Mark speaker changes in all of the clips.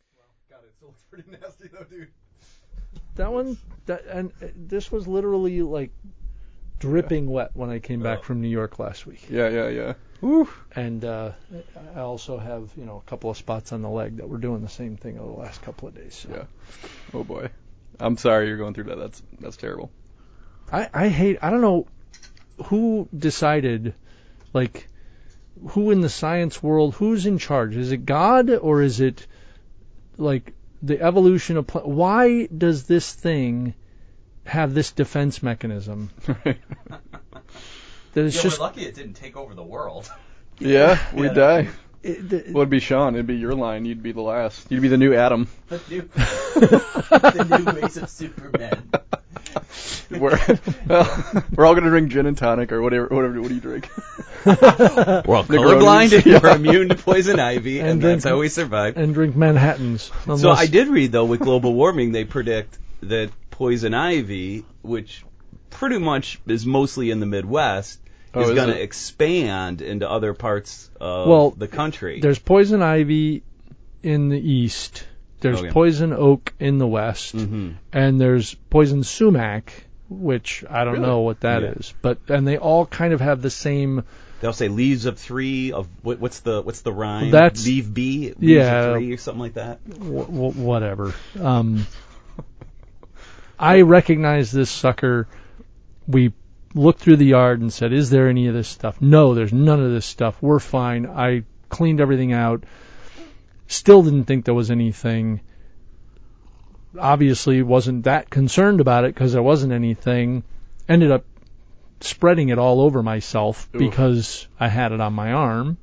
Speaker 1: it still looks pretty nasty though, dude.
Speaker 2: That one, that, and uh, this was literally like dripping wet when I came back from New York last week.
Speaker 3: Yeah, yeah, yeah.
Speaker 2: And uh, I also have, you know, a couple of spots on the leg that were doing the same thing over the last couple of days. So.
Speaker 3: Yeah. Oh boy. I'm sorry you're going through that. That's that's terrible.
Speaker 2: I, I hate I don't know who decided like who in the science world who's in charge is it god or is it like the evolution of pla- why does this thing have this defense mechanism that it's
Speaker 4: yeah,
Speaker 2: just
Speaker 4: we're lucky it didn't take over the world.
Speaker 3: Yeah, we'd die.
Speaker 2: it, the-
Speaker 3: What'd be Sean? It'd be your line. You'd be the last. You'd be the new Adam.
Speaker 4: the new, the new race of Superman.
Speaker 3: We're, well, we're all gonna drink gin and tonic or whatever. Whatever. What do you drink?
Speaker 1: We're all
Speaker 3: Negronis.
Speaker 1: colorblind and
Speaker 3: Yeah.
Speaker 1: we're immune to poison ivy, and,
Speaker 2: And then-
Speaker 1: that's how we survive.
Speaker 2: and drink Manhattans unless,
Speaker 1: So I did read though with global warming, they predict that poison ivy, which pretty much is mostly in the Midwest,
Speaker 3: Oh,
Speaker 1: is
Speaker 3: is
Speaker 1: going
Speaker 3: it?
Speaker 1: to expand into other parts of
Speaker 2: Well,
Speaker 1: the country.
Speaker 2: there's poison ivy in the east there's
Speaker 1: Okay.
Speaker 2: poison oak in the west
Speaker 1: Mhm.
Speaker 2: and there's poison sumac which I don't
Speaker 3: Really?
Speaker 2: know what that is,
Speaker 1: Yeah.
Speaker 2: but and they all kind of have the same
Speaker 1: They'll say leaves of three of what, what's the what's the rhyme?
Speaker 2: That's-
Speaker 1: leave B, leaves
Speaker 2: Yeah.
Speaker 1: of three or something like that.
Speaker 2: w- w- whatever. Um, I recognize this sucker. We looked through the yard and said, "Is there any of this stuff?" No, there's none of this stuff. We're fine. I cleaned everything out. Still didn't think there was anything. Obviously, wasn't that concerned about it because there wasn't anything. Ended up spreading it all over myself
Speaker 3: Oof.
Speaker 2: because I had it on my arm.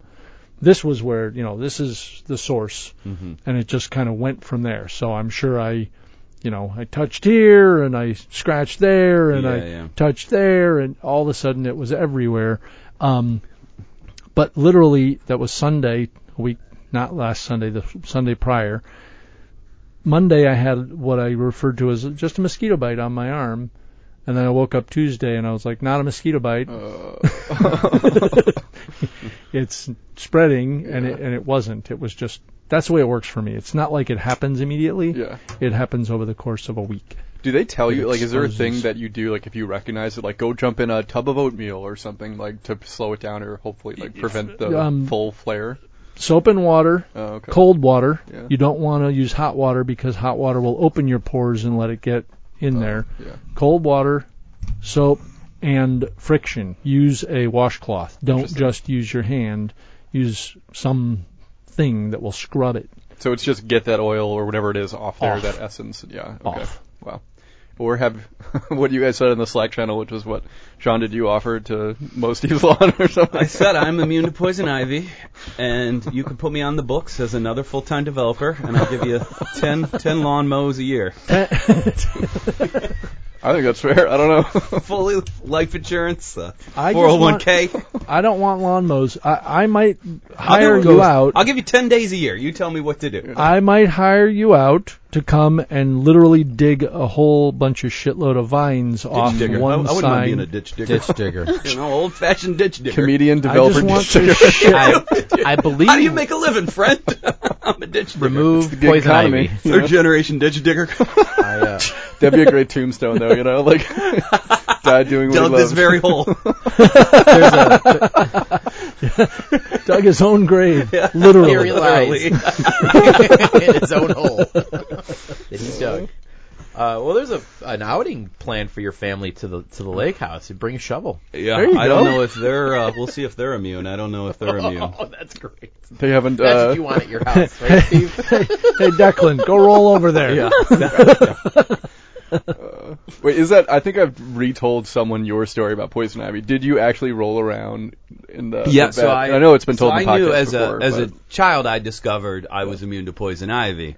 Speaker 2: This was where, you know, this is the source and it just kind of went from there. So I'm sure I, you know, I touched here and I scratched there and I
Speaker 1: Yeah, yeah.
Speaker 2: touched there and all of a sudden it was everywhere. Um, but literally that was Sunday, a week, not last Sunday, the Sunday prior. Monday I had what I referred to as just a mosquito bite on my arm. And then I woke up Tuesday and I was like, not a mosquito bite.
Speaker 1: Oh.
Speaker 2: Uh. it's spreading and it and it wasn't. It was just that's the way it works for me. It's not like it happens immediately.
Speaker 3: Yeah.
Speaker 2: It happens over the course of a week.
Speaker 3: Do they tell you
Speaker 2: It
Speaker 3: like is there a thing
Speaker 2: exposes.
Speaker 3: that you do like if you recognize it like go jump in a tub of oatmeal or something like to slow it down or hopefully like prevent the
Speaker 2: Um,
Speaker 3: full flare?
Speaker 2: Soap and water,
Speaker 3: Oh, okay.
Speaker 2: cold water.
Speaker 3: Yeah.
Speaker 2: You don't want to use hot water because hot water will open your pores and let it get in there.
Speaker 3: Oh, yeah.
Speaker 2: Cold water, soap, and friction. Use a washcloth. Don't
Speaker 3: Interesting.
Speaker 2: just use your hand. Use some thing that will scrub it
Speaker 3: So it's just get that oil or whatever it is off there,
Speaker 2: Off.
Speaker 3: that essence. Yeah. Okay.
Speaker 2: Off.
Speaker 3: Wow. Or have what you guys said in the Slack channel, which was what Sean did you offer to Mosty's lawn or something?
Speaker 1: I said I'm immune to poison ivy, and you can put me on the books as another full-time developer, and I'll give you 10, 10 lawn mows a year.
Speaker 3: I think that's fair. I don't know.
Speaker 1: Fully life insurance, uh,
Speaker 2: I just
Speaker 1: 401k.
Speaker 2: I don't want lawn mows. I, I might
Speaker 1: I'll
Speaker 2: hire
Speaker 1: give-
Speaker 2: you out.
Speaker 1: I'll give you 10 days a year. You tell me what to do.
Speaker 2: I might hire you out to come and literally dig a whole bunch of shitload of vines off
Speaker 1: digger. I, I
Speaker 2: one
Speaker 1: wouldn't mind being a
Speaker 2: side.
Speaker 1: ditch digger.
Speaker 5: Ditch digger.
Speaker 1: you know, old-fashioned ditch digger.
Speaker 3: Comedian
Speaker 2: I
Speaker 3: developer.
Speaker 2: just want
Speaker 3: district.
Speaker 2: to shit.
Speaker 5: I, I believe
Speaker 1: How do you make a living, friend? I'm a ditch digger.
Speaker 5: remove
Speaker 3: good
Speaker 5: poison
Speaker 3: economy.
Speaker 5: ivy?
Speaker 1: Third generation ditch digger.
Speaker 5: I, uh,
Speaker 3: That'd be a great tombstone, though. You know, like died doing what
Speaker 1: Dug
Speaker 3: he
Speaker 1: this
Speaker 3: loved.
Speaker 1: very hole.
Speaker 2: dug his own grave, literally.
Speaker 5: Here he lies
Speaker 1: Literally.
Speaker 5: in his own hole that he's dug. Uh, well, there's a an outing planned for your family to the to the lake house. You bring a shovel.
Speaker 1: Yeah,
Speaker 3: There you
Speaker 1: I
Speaker 3: go.
Speaker 1: don't know if they're. Uh, we'll see if they're immune. I don't know if they're immune.
Speaker 5: Oh, that's great.
Speaker 3: They haven't.
Speaker 5: That's
Speaker 3: Uh,
Speaker 5: what you want at your house, right, Steve?
Speaker 2: hey Declan, go roll over there.
Speaker 3: Wait, is that? I think I've retold someone your story about poison ivy. Did you actually roll around in the?
Speaker 1: Yeah,
Speaker 3: the
Speaker 1: so
Speaker 3: vat?
Speaker 1: I,
Speaker 3: know it's been told
Speaker 1: so
Speaker 3: in
Speaker 1: I knew
Speaker 3: podcasts
Speaker 1: as
Speaker 3: before,
Speaker 1: a as a
Speaker 3: but-
Speaker 1: child, I discovered I was immune to poison ivy,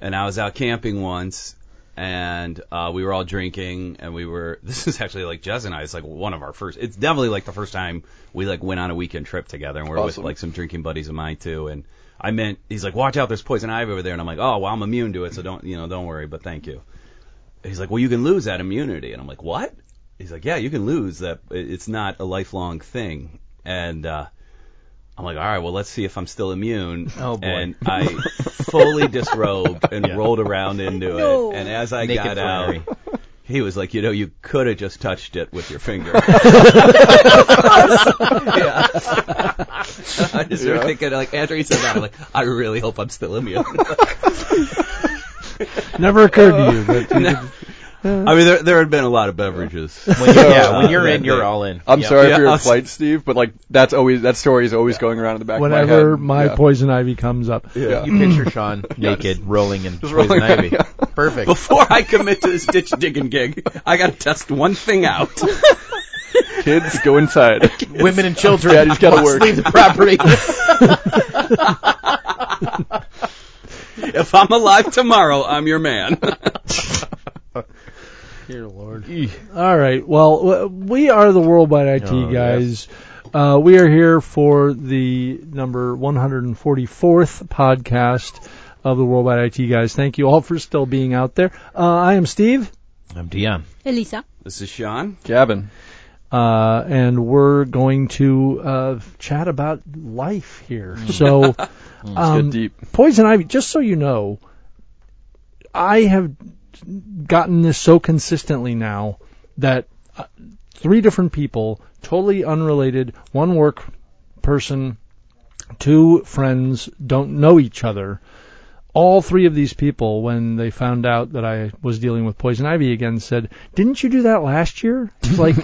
Speaker 1: and I was out camping once, and uh, we were all drinking, and we were. This is actually like Jez and I. It's like one of our first. It's definitely like the first time we like went on a weekend trip together, and we we're
Speaker 3: Awesome.
Speaker 1: with like some drinking buddies of mine too, and. I meant he's like, watch out, there's poison ivy over there, and I'm like, oh well, I'm immune to it, so don't you know, don't worry, but thank you. He's like, well, you can lose that immunity, and I'm like, what? He's like, yeah, you can lose that. It's not a lifelong thing, and uh, I'm like, all right, well, let's see if I'm still immune.
Speaker 5: Oh, boy.
Speaker 1: And I fully disrobed and rolled around into
Speaker 5: No.
Speaker 1: it. And as I
Speaker 5: Naked
Speaker 1: got
Speaker 5: Flannery.
Speaker 1: out, he was like, you know, you could have just touched it with your finger. I just
Speaker 3: Yeah.
Speaker 1: were thinking, like, after he said that, I'm like, I really hope I'm still immune.
Speaker 2: Never occurred to you, but you did-
Speaker 1: I mean, there there had been a lot of beverages.
Speaker 5: When you, yeah,
Speaker 1: Uh,
Speaker 5: when you're in,
Speaker 1: that
Speaker 5: you're
Speaker 1: day.
Speaker 5: all in.
Speaker 3: I'm
Speaker 5: Yep.
Speaker 3: sorry
Speaker 1: Yeah,
Speaker 3: for your
Speaker 1: I'll s-
Speaker 3: plight, Steve, but like that's always that story is always going around in the back of my head.
Speaker 2: whenever my
Speaker 3: Yeah.
Speaker 2: poison ivy comes up.
Speaker 3: Yeah.
Speaker 5: You picture Sean naked, Mm. rolling in poison
Speaker 3: rolling,
Speaker 5: ivy.
Speaker 3: yeah.
Speaker 5: Perfect.
Speaker 1: Before I commit to this ditch digging gig, I got to test one thing out.
Speaker 3: Kids, go inside.
Speaker 5: Women and children.
Speaker 3: Daddy's gotta
Speaker 5: must
Speaker 3: work.
Speaker 5: Leave the property.
Speaker 1: If I'm alive tomorrow, I'm your man.
Speaker 4: Dear Lord.
Speaker 2: All right. Well, w- we are the Worldwide IT
Speaker 5: Oh,
Speaker 2: guys. Uh, we are here for the number 144th podcast of the Worldwide IT guys. Thank you all for still being out there. Uh, I am Steve,
Speaker 5: I'm DM.
Speaker 6: Elisa.
Speaker 1: This is Sean.
Speaker 3: Gavin.
Speaker 2: uh, and we're going to uh, chat about life here. So,
Speaker 3: Let's
Speaker 2: um,
Speaker 3: get deep.
Speaker 2: poison ivy. Just so you know, I have gotten this so consistently now that uh, three different people, totally unrelated, one work person, two friends, don't know each other. All three of these people, when they found out that I was dealing with poison ivy again, said, "Didn't you do that last year?" It's like,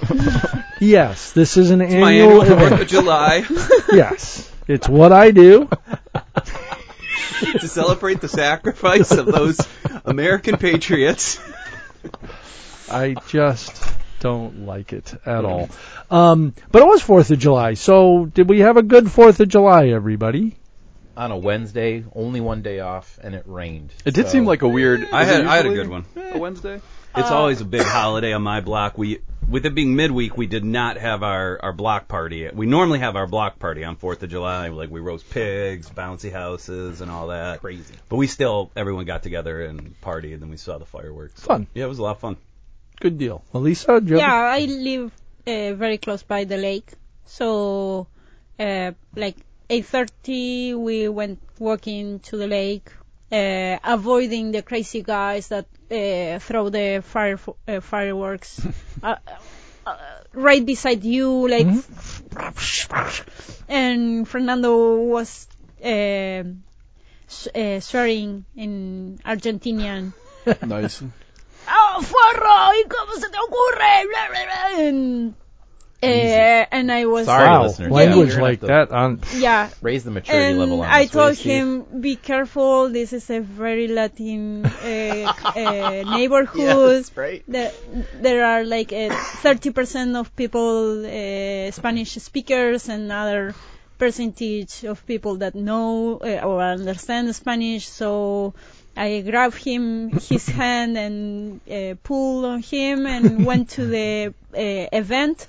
Speaker 2: yes, this is an
Speaker 1: My
Speaker 2: annual,
Speaker 1: annual Fourth of
Speaker 2: event.
Speaker 1: July
Speaker 2: yes, it's what I do.
Speaker 1: to celebrate the sacrifice of those American patriots.
Speaker 2: I just don't like it at all. Um, but it was Fourth of July, so did we have a good Fourth of July, everybody?
Speaker 5: On a Wednesday, only one day off, and it rained.
Speaker 3: It did
Speaker 5: So-
Speaker 3: seem like a weird.
Speaker 1: I
Speaker 3: is it
Speaker 1: had- I had a
Speaker 3: usually
Speaker 1: good one.
Speaker 3: A Wednesday.
Speaker 1: It's always a big holiday on my block. We, with it being midweek, we did not have our, our block party. We normally have our block party on Fourth of July. Like we roast pigs, bouncy houses, and all that.
Speaker 5: Crazy.
Speaker 1: But we still, everyone got together and partied, and then we saw the fireworks.
Speaker 2: Fun.
Speaker 1: Yeah, it was a lot of fun.
Speaker 2: Good deal. Melissa, do you
Speaker 6: Yeah,
Speaker 2: have
Speaker 6: I live uh, very close by the lake, so uh, like 8:30 we went walking to the lake, uh, avoiding the crazy guys that uh, throw the fire uh, fireworks. uh, uh, Right beside you, like, and Fernando was um s- uh, swearing in Argentinian.
Speaker 3: Nice.
Speaker 6: ¡Oh, forro! ¿Y cómo se te ocurre? Blah, blah, blah. And, uh, and I was,
Speaker 5: Sorry,
Speaker 2: wow,
Speaker 5: listeners.
Speaker 2: language
Speaker 5: Yeah, you're
Speaker 2: like
Speaker 5: gonna have
Speaker 2: that? On,
Speaker 6: yeah.
Speaker 5: Raise the maturity
Speaker 6: And
Speaker 5: level on
Speaker 6: I
Speaker 5: this, will you,
Speaker 6: told
Speaker 5: Steve?
Speaker 6: him, be careful, this is a very Latin uh, uh, neighborhood.
Speaker 5: right.
Speaker 6: There, there are like uh, 30% of people uh, Spanish speakers and other percentage of people that know uh, or understand Spanish. So I grabbed him his hand and uh, pulled on him and went to the uh, event.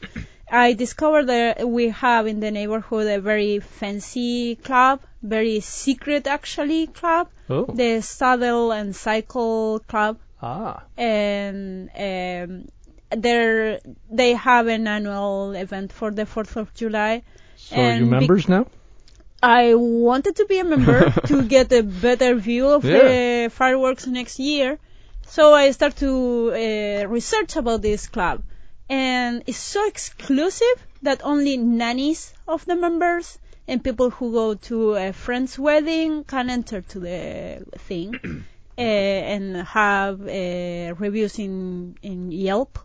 Speaker 6: I discovered that we have in the neighborhood a very fancy club, very secret actually club,
Speaker 2: oh,
Speaker 6: the Saddle and Cycle Club
Speaker 2: ah,
Speaker 6: and um, they they have an annual event for the Fourth of July.
Speaker 2: so are you
Speaker 6: And bec-
Speaker 2: members now?
Speaker 6: I wanted to be a member to get a better view of
Speaker 2: Yeah.
Speaker 6: the fireworks next year, so I start to uh, research about this club, and it's so exclusive that only nannies of the members and people who go to a friend's wedding can enter to the thing uh, and have uh, reviews in, in Yelp.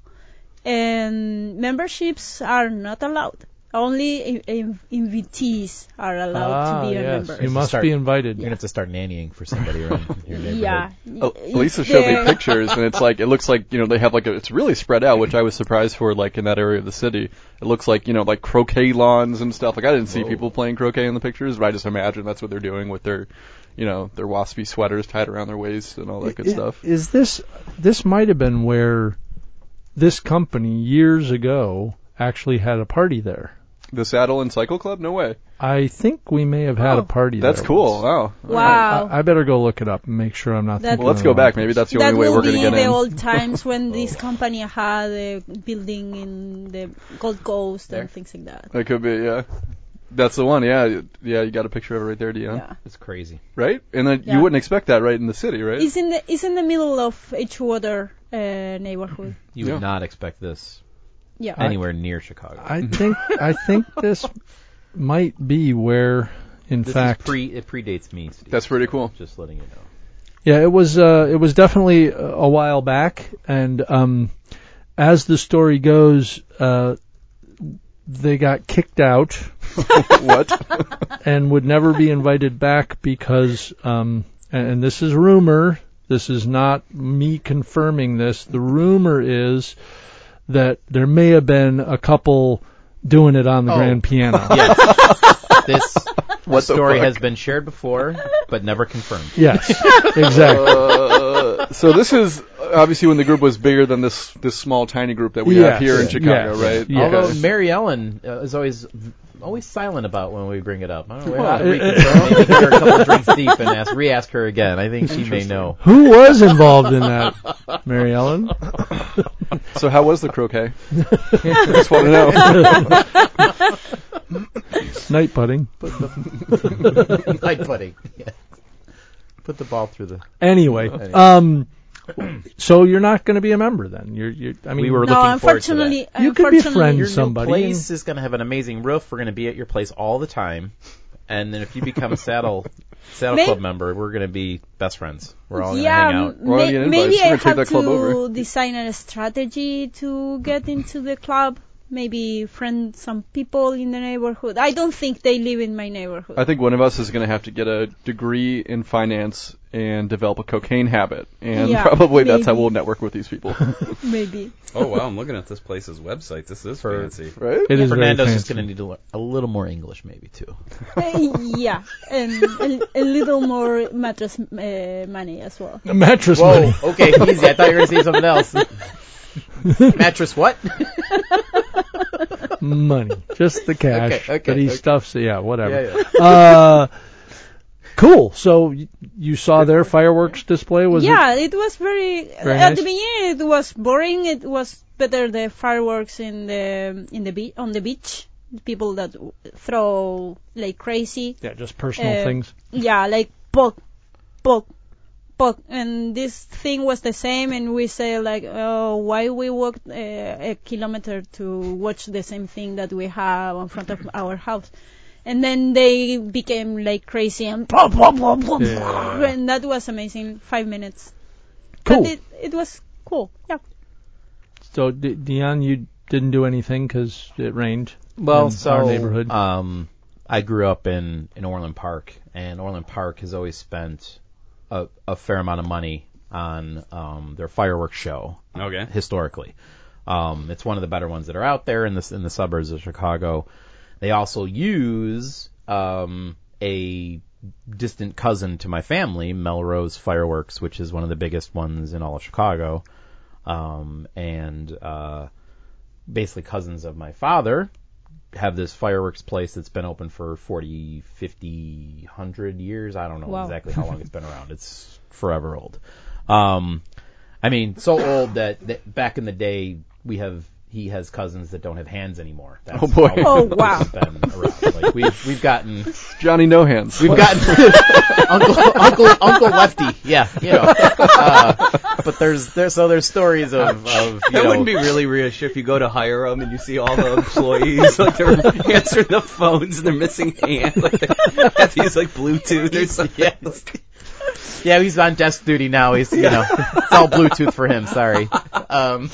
Speaker 6: And memberships are not allowed. Only in, in, invitees are allowed
Speaker 2: ah,
Speaker 6: to be a
Speaker 2: yes,
Speaker 6: member.
Speaker 2: you
Speaker 5: It's a
Speaker 2: must
Speaker 5: start.
Speaker 2: be invited.
Speaker 5: You're gonna have to start nannying for somebody around your neighborhood.
Speaker 6: yeah.
Speaker 3: Oh,
Speaker 6: Y-
Speaker 3: Lisa showed me
Speaker 6: the-
Speaker 3: pictures, and it's like it looks like you know they have like a, it's really spread out, which I was surprised for like in that area of the city. It looks like you know like croquet lawns and stuff. Like I didn't see people playing croquet in the pictures, but I just imagine that's what they're doing with their you know their waspy sweaters tied around their waist and all that good
Speaker 2: I-
Speaker 3: stuff.
Speaker 2: Is this this might have been where this company years ago actually had a party there?
Speaker 3: The Saddle and Cycle Club? No way.
Speaker 2: I think we may have had
Speaker 6: Oh.
Speaker 2: a party.
Speaker 3: That's
Speaker 2: there
Speaker 3: cool.
Speaker 2: once.
Speaker 3: Wow.
Speaker 6: Wow.
Speaker 2: I, I better go look it up and make sure I'm not.
Speaker 6: That-
Speaker 2: thinking
Speaker 3: Well, let's
Speaker 2: of
Speaker 3: go
Speaker 2: the wrong
Speaker 3: back. Maybe that's the
Speaker 6: that
Speaker 3: only way
Speaker 6: will
Speaker 3: we're
Speaker 6: be
Speaker 3: going to get
Speaker 6: the
Speaker 3: in. Oh.
Speaker 6: old times when this company had a building in the Gold Coast and things like that.
Speaker 3: That could be, yeah. That's the one. Yeah, yeah. You got a picture of it right there, Dion.
Speaker 6: Yeah.
Speaker 5: It's crazy.
Speaker 3: Right? And then
Speaker 6: Yeah.
Speaker 3: you wouldn't expect that right in the city, right?
Speaker 6: It's in the it's in the middle of Edgewater uh, neighborhood.
Speaker 5: You
Speaker 3: Yeah.
Speaker 5: would not expect this
Speaker 3: Mm-hmm.
Speaker 6: Yeah.
Speaker 2: I-
Speaker 5: anywhere near Chicago.
Speaker 2: I think I think this might be where, in
Speaker 5: this
Speaker 2: fact,
Speaker 5: is pre it predates me. Steve.
Speaker 3: That's pretty cool.
Speaker 5: Just letting you know.
Speaker 2: Yeah, it was uh, it was definitely a a while back, and um, as the story goes, uh, they got kicked out
Speaker 3: what?
Speaker 2: and would never be invited back because, um, and, and this is rumor. This is not me confirming this. The rumor is that there may have been a couple doing it on the
Speaker 5: Oh.
Speaker 2: grand piano.
Speaker 5: Yes. this
Speaker 3: What the
Speaker 5: story
Speaker 3: fuck?
Speaker 5: has been shared before, but never confirmed.
Speaker 2: Yes, exactly.
Speaker 3: Uh, so this is obviously when the group was bigger than this this small tiny group that we
Speaker 2: Yes.
Speaker 3: have here in
Speaker 2: Yeah.
Speaker 3: Chicago,
Speaker 2: Yes.
Speaker 3: right?
Speaker 2: Yes.
Speaker 5: Although
Speaker 3: Okay.
Speaker 5: Mary Ellen uh, is always always silent about when we bring it up. I don't know.
Speaker 3: Well,
Speaker 5: how do we
Speaker 2: it-
Speaker 5: confirm? Maybe give her a couple drinks deep and ask, re-ask her again. I think she may know.
Speaker 2: Who was involved in that, Mary Ellen?
Speaker 3: So how was the croquet? I just want to know.
Speaker 2: Night putting.
Speaker 5: Like putting. Yeah. Put the ball through the.
Speaker 2: Anyway, um, so you're not going to be a member then? You're, you're I mean,
Speaker 5: We were-
Speaker 6: no,
Speaker 5: looking forward to
Speaker 6: unfortunately,
Speaker 2: You could
Speaker 6: unfortunately,
Speaker 2: be friends.
Speaker 5: Your
Speaker 2: Somebody
Speaker 5: new place
Speaker 2: and-
Speaker 5: is going to have an amazing roof. We're going to be at your place all the time. And then if you become a Saddle Saddle
Speaker 6: May-
Speaker 5: Club member, we're going to be best friends. We're all going to
Speaker 6: yeah,
Speaker 5: hang out.
Speaker 6: m-
Speaker 3: We're all
Speaker 6: may-
Speaker 3: gonna get
Speaker 6: maybe
Speaker 3: invites. We're
Speaker 6: I
Speaker 3: gonna take
Speaker 6: have
Speaker 3: that club
Speaker 6: to
Speaker 3: over.
Speaker 6: design a strategy to get into the club. Maybe friend some people in the neighborhood. I don't think they live in my neighborhood.
Speaker 3: I think one of us is going to have to get a degree in finance and develop a cocaine habit, and
Speaker 6: Yeah,
Speaker 3: probably that's how
Speaker 6: maybe.
Speaker 3: we'll network with these people,
Speaker 6: maybe.
Speaker 1: Oh wow, I'm looking at this place's website. This is
Speaker 5: For-
Speaker 1: fancy.
Speaker 3: right?
Speaker 2: it is very
Speaker 5: Fernando's just
Speaker 2: fancy.
Speaker 5: going to need to learn a little more English, maybe too.
Speaker 6: Uh, yeah, and a, a little more mattress uh, money as well.
Speaker 2: A mattress
Speaker 5: Whoa,
Speaker 2: money.
Speaker 5: okay, easy. I thought you were going to say something else. Mattress what?
Speaker 2: money, just the cash
Speaker 5: Okay, okay,
Speaker 2: that he
Speaker 5: okay.
Speaker 2: stuffs. Yeah, whatever.
Speaker 5: Yeah, yeah.
Speaker 2: Uh, cool. So y- you saw their fireworks display was it-
Speaker 6: yeah, it, was very.
Speaker 2: Very
Speaker 6: at
Speaker 2: nice?
Speaker 6: the beginning, it was boring. It was better the fireworks in the in the be- on the beach. People that w- throw like crazy.
Speaker 2: yeah, just personal
Speaker 6: Uh,
Speaker 2: things.
Speaker 6: Yeah, like poke, poke, poke, and this thing was the same. And we say like, oh, why we walked uh, a kilometer to watch the same thing that we have in front of our house. And then they became like crazy and pop, pop, pop, pop,
Speaker 2: Yeah.
Speaker 6: and that was amazing. Five minutes,
Speaker 2: Cool.
Speaker 6: but it it was cool. Yeah,
Speaker 2: so D- Dion, you didn't do anything because it rained.
Speaker 5: Well,
Speaker 2: in
Speaker 5: so
Speaker 2: our neighborhood.
Speaker 5: um, I grew up in in Orland Park, and Orland Park has always spent a, a fair amount of money on um, their fireworks show
Speaker 1: Okay.
Speaker 5: historically. Um, it's one of the better ones that are out there in the in the suburbs of Chicago. They also use um, a distant cousin to my family, Melrose Fireworks, which is one of the biggest ones in all of Chicago. Um, and uh, basically cousins of my father have this fireworks place that's been open for 40, 50, 100 years. I don't know
Speaker 6: Wow.
Speaker 5: exactly how long it's been around. It's forever old. Um, I mean, so old that, that back in the day we have he has cousins that don't have hands anymore. That's
Speaker 3: Oh, boy.
Speaker 5: how long
Speaker 6: Oh,
Speaker 5: it's
Speaker 6: wow.
Speaker 5: Been around. Like we've we've gotten
Speaker 3: Johnny No Hands.
Speaker 5: We've gotten Uncle Uncle Uncle Lefty. Yeah, you know. Uh, but there's there's so there's stories of of you
Speaker 1: That
Speaker 5: know,
Speaker 1: wouldn't be really reassuring if you go to hire them and you see all the employees like they're answering the phones and they're missing hands. Like they have these like Bluetooth or something.
Speaker 5: Yes. yeah he's on desk duty now. He's you know it's all Bluetooth for him. Sorry. Um.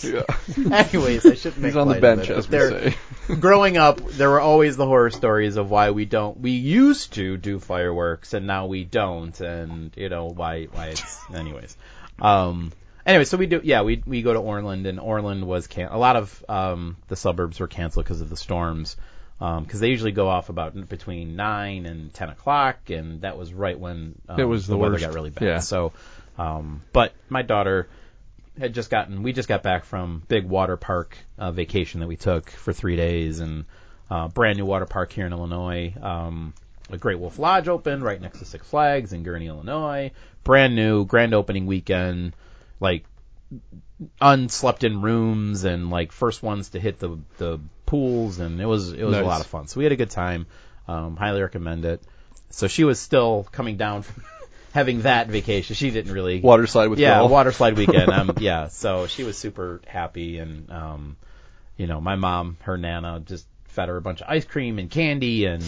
Speaker 3: Yeah.
Speaker 5: Anyways, I shouldn't.
Speaker 3: He's
Speaker 5: make
Speaker 3: on the
Speaker 5: light of
Speaker 3: bench,
Speaker 5: it,
Speaker 3: as
Speaker 5: but
Speaker 3: we
Speaker 5: they're-
Speaker 3: say.
Speaker 5: growing up, there were always the horror stories of why we don't. We used to do fireworks, and now we don't. And you know why? Why it's anyways. Um. Anyway, so we do. Yeah, we we go to Orland, and Orland was can a lot of um the suburbs were canceled because of the storms. Um 'cause because they usually go off about n- between nine and ten o'clock, and that was right when um,
Speaker 2: It was the
Speaker 5: weather
Speaker 2: worst.
Speaker 5: got really bad.
Speaker 3: Yeah.
Speaker 5: So, um, but my daughter had just gotten we just got back from big water park uh, vacation that we took for three days and uh, brand new water park here in Illinois. Um, a Great Wolf Lodge opened right next to Six Flags in Gurnee, Illinois. Brand new grand opening weekend, like unslept in rooms and like first ones to hit the the pools and it was it was a
Speaker 3: Nice.
Speaker 5: lot of fun. So we had a good time. Um, highly recommend it. So she was still coming down from having that vacation. She didn't really
Speaker 3: Water slide with
Speaker 5: yeah
Speaker 3: y'all.
Speaker 5: water slide weekend. um, yeah, so she was super happy and um, you know my mom her nana just fed her a bunch of ice cream and candy and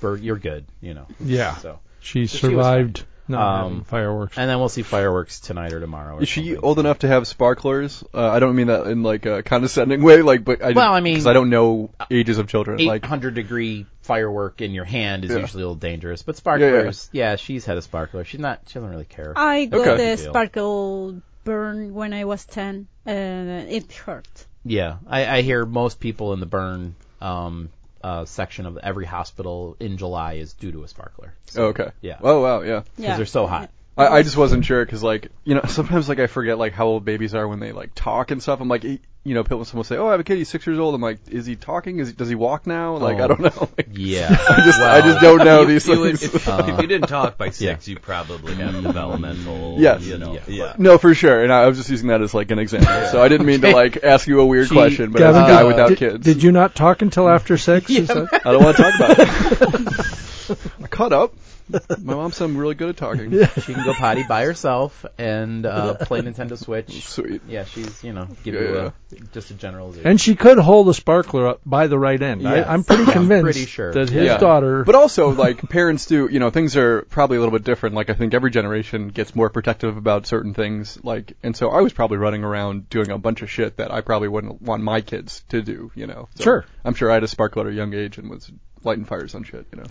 Speaker 5: bur- you're good you know
Speaker 2: Yeah.
Speaker 5: so
Speaker 2: She
Speaker 5: she was
Speaker 2: survived not
Speaker 5: Um,
Speaker 2: having fireworks.
Speaker 5: and then we'll see fireworks tonight or tomorrow. Or
Speaker 3: Is she
Speaker 5: something.
Speaker 3: old enough to have sparklers? Uh, I don't mean that in like a condescending way, like, but I,
Speaker 5: Well, I mean-
Speaker 3: 'cause I don't know ages of children. Like,
Speaker 5: 800 degree firework in your hand is
Speaker 3: Yeah.
Speaker 5: usually a little dangerous, but sparklers, yeah, she's had a sparkler. She's not, she doesn't really care.
Speaker 6: I got
Speaker 3: Okay.
Speaker 6: the
Speaker 5: Good deal.
Speaker 6: sparkle burn when I was 10 and it hurt.
Speaker 5: yeah, I, I hear most people in the burn um, uh, section of every hospital in July is due to a sparkler because
Speaker 3: oh, okay.
Speaker 5: Yeah.
Speaker 3: Oh wow, yeah.
Speaker 6: Yeah.
Speaker 5: they're so hot.
Speaker 3: I, I just wasn't sure because like you know sometimes like I forget like how old babies are when they like talk and stuff. I'm like e- you know people someone will say oh I have a kid he's six years old. I'm like is he talking? Is he, does he walk now? Like I
Speaker 5: Oh.
Speaker 3: don't know. Like,
Speaker 5: Yeah,
Speaker 3: I just I just don't know these
Speaker 1: You would,
Speaker 3: things.
Speaker 1: if,
Speaker 5: Uh,
Speaker 1: if you didn't talk by six, you probably have
Speaker 5: Mm.
Speaker 1: developmental.
Speaker 3: Yes.
Speaker 1: You know,
Speaker 5: Yeah.
Speaker 1: yeah.
Speaker 3: no, for sure. And I was just using that as like an example. So I didn't mean to like ask you a weird
Speaker 5: She-
Speaker 3: question, but as a
Speaker 2: Gavin,
Speaker 3: guy
Speaker 2: did-
Speaker 3: without
Speaker 2: did,
Speaker 3: kids,
Speaker 2: Did you not talk until after six? Is that-
Speaker 3: I don't want to talk about it. I caught up. My mom's I'm really good at talking.
Speaker 5: she can go potty by herself and uh, play Nintendo Switch.
Speaker 3: Sweet.
Speaker 5: Yeah, she's you know give
Speaker 3: Yeah,
Speaker 5: you a, just a generalization.
Speaker 2: And she could hold the sparkler up by the right end.
Speaker 5: Yes.
Speaker 2: I, I'm pretty
Speaker 5: I'm
Speaker 2: convinced
Speaker 5: pretty sure.
Speaker 2: that his
Speaker 3: Yeah.
Speaker 2: daughter.
Speaker 3: But also, like parents do, you know, things are probably a little bit different. Like I think every generation gets more protective about certain things. Like, and so I was probably running around doing a bunch of shit that I probably wouldn't want my kids to do. You know, So
Speaker 2: Sure.
Speaker 3: I'm sure I had a sparkle at a young age and was lighting fires on shit. You know,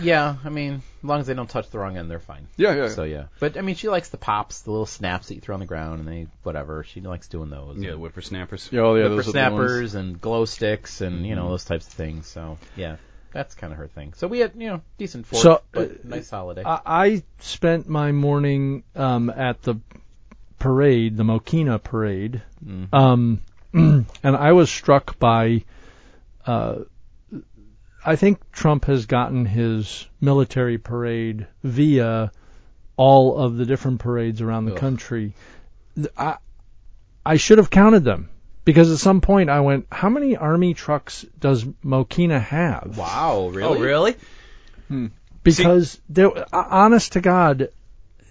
Speaker 5: Yeah, I mean, as long as they don't touch the wrong end, they're fine.
Speaker 3: yeah, yeah.
Speaker 5: So yeah, but I mean, she likes the pops, the little snaps that you throw on the ground, and they whatever. She likes doing those.
Speaker 1: Yeah,
Speaker 5: And
Speaker 1: whippersnappers.
Speaker 3: yeah, oh, yeah, those are the ones.
Speaker 5: whippersnappers and glow sticks and you know those types of things. So yeah, that's kind of her thing. So we had you know decent four,
Speaker 2: So,
Speaker 5: but
Speaker 2: uh,
Speaker 5: nice holiday.
Speaker 2: I, I spent my morning um, at the parade, the Mokina parade,
Speaker 5: Mm-hmm.
Speaker 2: um, and I was struck by. Uh, I think Trump has gotten his military parade via all of the different parades around the
Speaker 5: Ugh.
Speaker 2: country. Th- I I should have counted them because at some point I went, how many army trucks does Mokina have?
Speaker 5: wow, really?
Speaker 1: Oh, really?
Speaker 2: because there, uh, honest to God,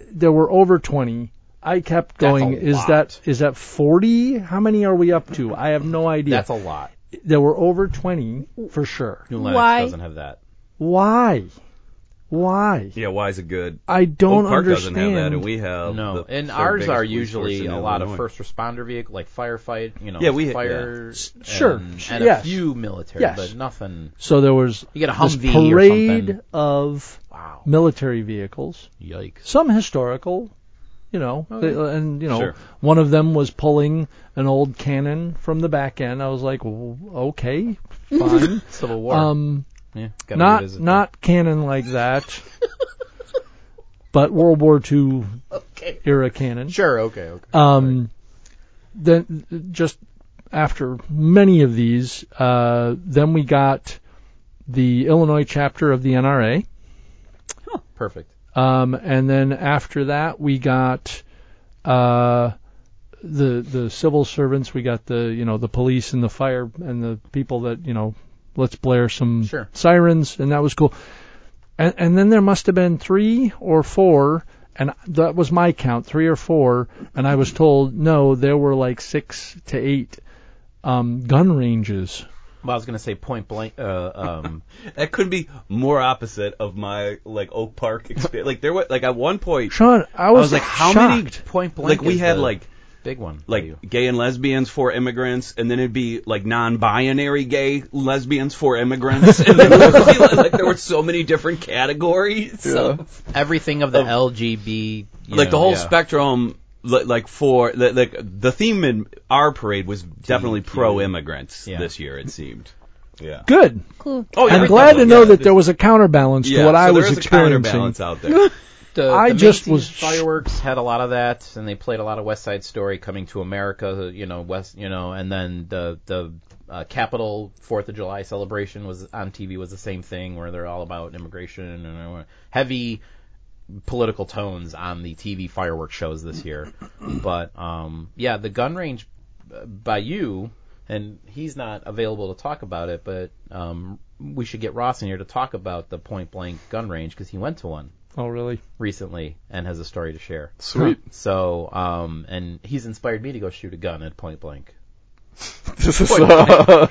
Speaker 2: there were over twenty. I kept
Speaker 5: That's
Speaker 2: going.
Speaker 5: a
Speaker 2: Is
Speaker 5: lot.
Speaker 2: that is that forty? How many are we up to? I have no idea.
Speaker 5: That's a lot.
Speaker 2: there were over twenty for sure.
Speaker 5: New Lenox
Speaker 6: Why?
Speaker 5: doesn't have that.
Speaker 2: Why? Why?
Speaker 1: Yeah, why is it good?
Speaker 2: I don't
Speaker 1: Oak Park
Speaker 2: understand.
Speaker 1: doesn't have that, and we have
Speaker 5: No,
Speaker 1: the
Speaker 5: and
Speaker 1: third
Speaker 5: ours
Speaker 1: biggest
Speaker 5: are
Speaker 1: police force
Speaker 5: usually
Speaker 1: in
Speaker 5: a lot of
Speaker 1: Illinois.
Speaker 5: first responder vehicle, like firefight. You know,
Speaker 1: Yeah, we-
Speaker 5: fire.
Speaker 2: S- sure,
Speaker 5: and,
Speaker 2: sure,
Speaker 5: and
Speaker 2: yes.
Speaker 5: a few military,
Speaker 2: Yes.
Speaker 5: but nothing.
Speaker 2: so there was
Speaker 5: You get a
Speaker 2: this
Speaker 5: Humvee or
Speaker 2: parade
Speaker 5: something.
Speaker 2: of
Speaker 5: Wow.
Speaker 2: military vehicles,
Speaker 5: Yikes.
Speaker 2: some historical. You know, they- and you know,
Speaker 1: Sure.
Speaker 2: one of them was pulling an old cannon from the back end. I was like, "Well, okay, fine.
Speaker 5: Civil War.
Speaker 2: Um,
Speaker 5: yeah, gotta
Speaker 2: not
Speaker 5: revisit that.
Speaker 2: not canon like that, but World War II era canon.
Speaker 5: Sure. Okay. Okay.
Speaker 2: Um, then just after many of these, uh, then we got the Illinois chapter of the NRA,
Speaker 5: Perfect.
Speaker 2: um, and then after that we got uh, the the civil servants. We got the you know the police and the fire and the people that you know let's blare some
Speaker 5: Sure.
Speaker 2: sirens, and that was cool. And, and then there must have been three or four, and that was my count, three or four, and I was told no, there were like six to eight um, gun ranges.
Speaker 5: Well, I was gonna say point blank. Uh, um,
Speaker 1: That couldn't be more opposite of my like Oak Park experience. like there was like at one point,
Speaker 2: Sean, I
Speaker 1: I
Speaker 2: was,
Speaker 1: was like, how many
Speaker 2: shocked.
Speaker 5: point blank.
Speaker 1: like we
Speaker 5: is
Speaker 1: had
Speaker 5: the
Speaker 1: like
Speaker 5: big one. for you.
Speaker 1: like gay and lesbians for immigrants, and then it'd be like non-binary gay lesbians for immigrants, and then it would be, like, like, there were so many different categories,
Speaker 3: Yeah.
Speaker 5: everything of the LGB. you
Speaker 1: like the
Speaker 5: know,
Speaker 1: whole
Speaker 5: yeah.
Speaker 1: spectrum. li- Like for li- like the theme in our parade was definitely pro-immigrants
Speaker 5: Yeah.
Speaker 1: this year, it seemed. Yeah.
Speaker 2: Good.
Speaker 6: Cool.
Speaker 1: Oh,
Speaker 2: I'm
Speaker 1: everything
Speaker 2: glad to
Speaker 1: was-
Speaker 2: know
Speaker 1: yeah,
Speaker 2: that
Speaker 1: this-
Speaker 2: there was a counterbalance to
Speaker 1: yeah,
Speaker 2: what
Speaker 1: so
Speaker 2: I
Speaker 1: there
Speaker 2: was
Speaker 1: is a
Speaker 2: experiencing.
Speaker 1: counterbalance out there.
Speaker 5: The,
Speaker 2: I
Speaker 5: the
Speaker 2: just
Speaker 5: Macy's
Speaker 2: was-
Speaker 5: fireworks had a lot of that, and they played a lot of West Side Story, Coming to America, you know, West, you know, and then the the uh, Capitol Fourth of July celebration was on TV was the same thing where they're all about immigration and uh, heavy political tones on the TV fireworks shows this year. but um, yeah, the gun range uh, by you, and he's not available to talk about it, but um, we should get Ross in here to talk about the point blank gun range because he went to one
Speaker 2: Oh, really?
Speaker 5: recently and has a story to share.
Speaker 3: Sweet.
Speaker 5: So, um, and he's inspired me to go shoot a gun at point blank.
Speaker 3: This is, uh,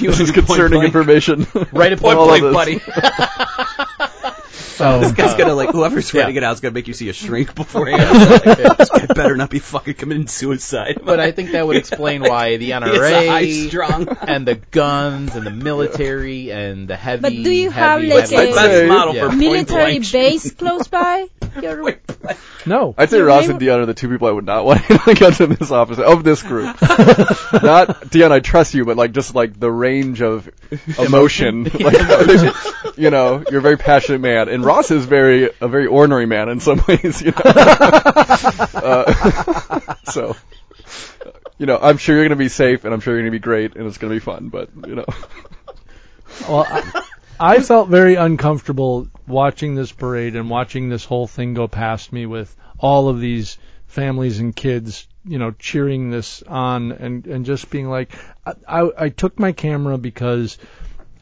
Speaker 3: this is
Speaker 1: Point
Speaker 3: concerning
Speaker 1: blank.
Speaker 3: information.
Speaker 5: Right at point
Speaker 3: All of
Speaker 5: blank,
Speaker 3: us.
Speaker 5: buddy.
Speaker 2: Oh,
Speaker 1: It's gonna like whoever's writing
Speaker 5: Yeah.
Speaker 1: it out is gonna make you see a shrink beforehand. this guy better not be fucking committing suicide.
Speaker 5: but I think that would explain why the
Speaker 1: He has a high
Speaker 5: NRA
Speaker 1: strung.
Speaker 5: and the guns and the military and the heavy.
Speaker 6: But do you have,
Speaker 5: heavy,
Speaker 6: like,
Speaker 5: heavy-
Speaker 6: a-
Speaker 1: Best model
Speaker 5: Yeah.
Speaker 1: for point
Speaker 6: military
Speaker 1: blank.
Speaker 6: base close by. Your-
Speaker 2: no.
Speaker 3: I'd say
Speaker 6: Yeah,
Speaker 3: Ross
Speaker 6: they
Speaker 3: and Dion are the two people I would not want to guns in this office of this group. not Dion, I trust you, but like just like the range of emotion. like, you know, you're a very passionate man, and Ross is very a very ornery man in some ways. You know, Uh, so you know, I'm sure you're gonna be safe, and I'm sure you're gonna be great, and it's gonna be fun. But you know,
Speaker 2: Well, I, I felt very uncomfortable watching this parade and watching this whole thing go past me with all of these families and kids, you know, cheering this on and and just being like, I I, I took my camera because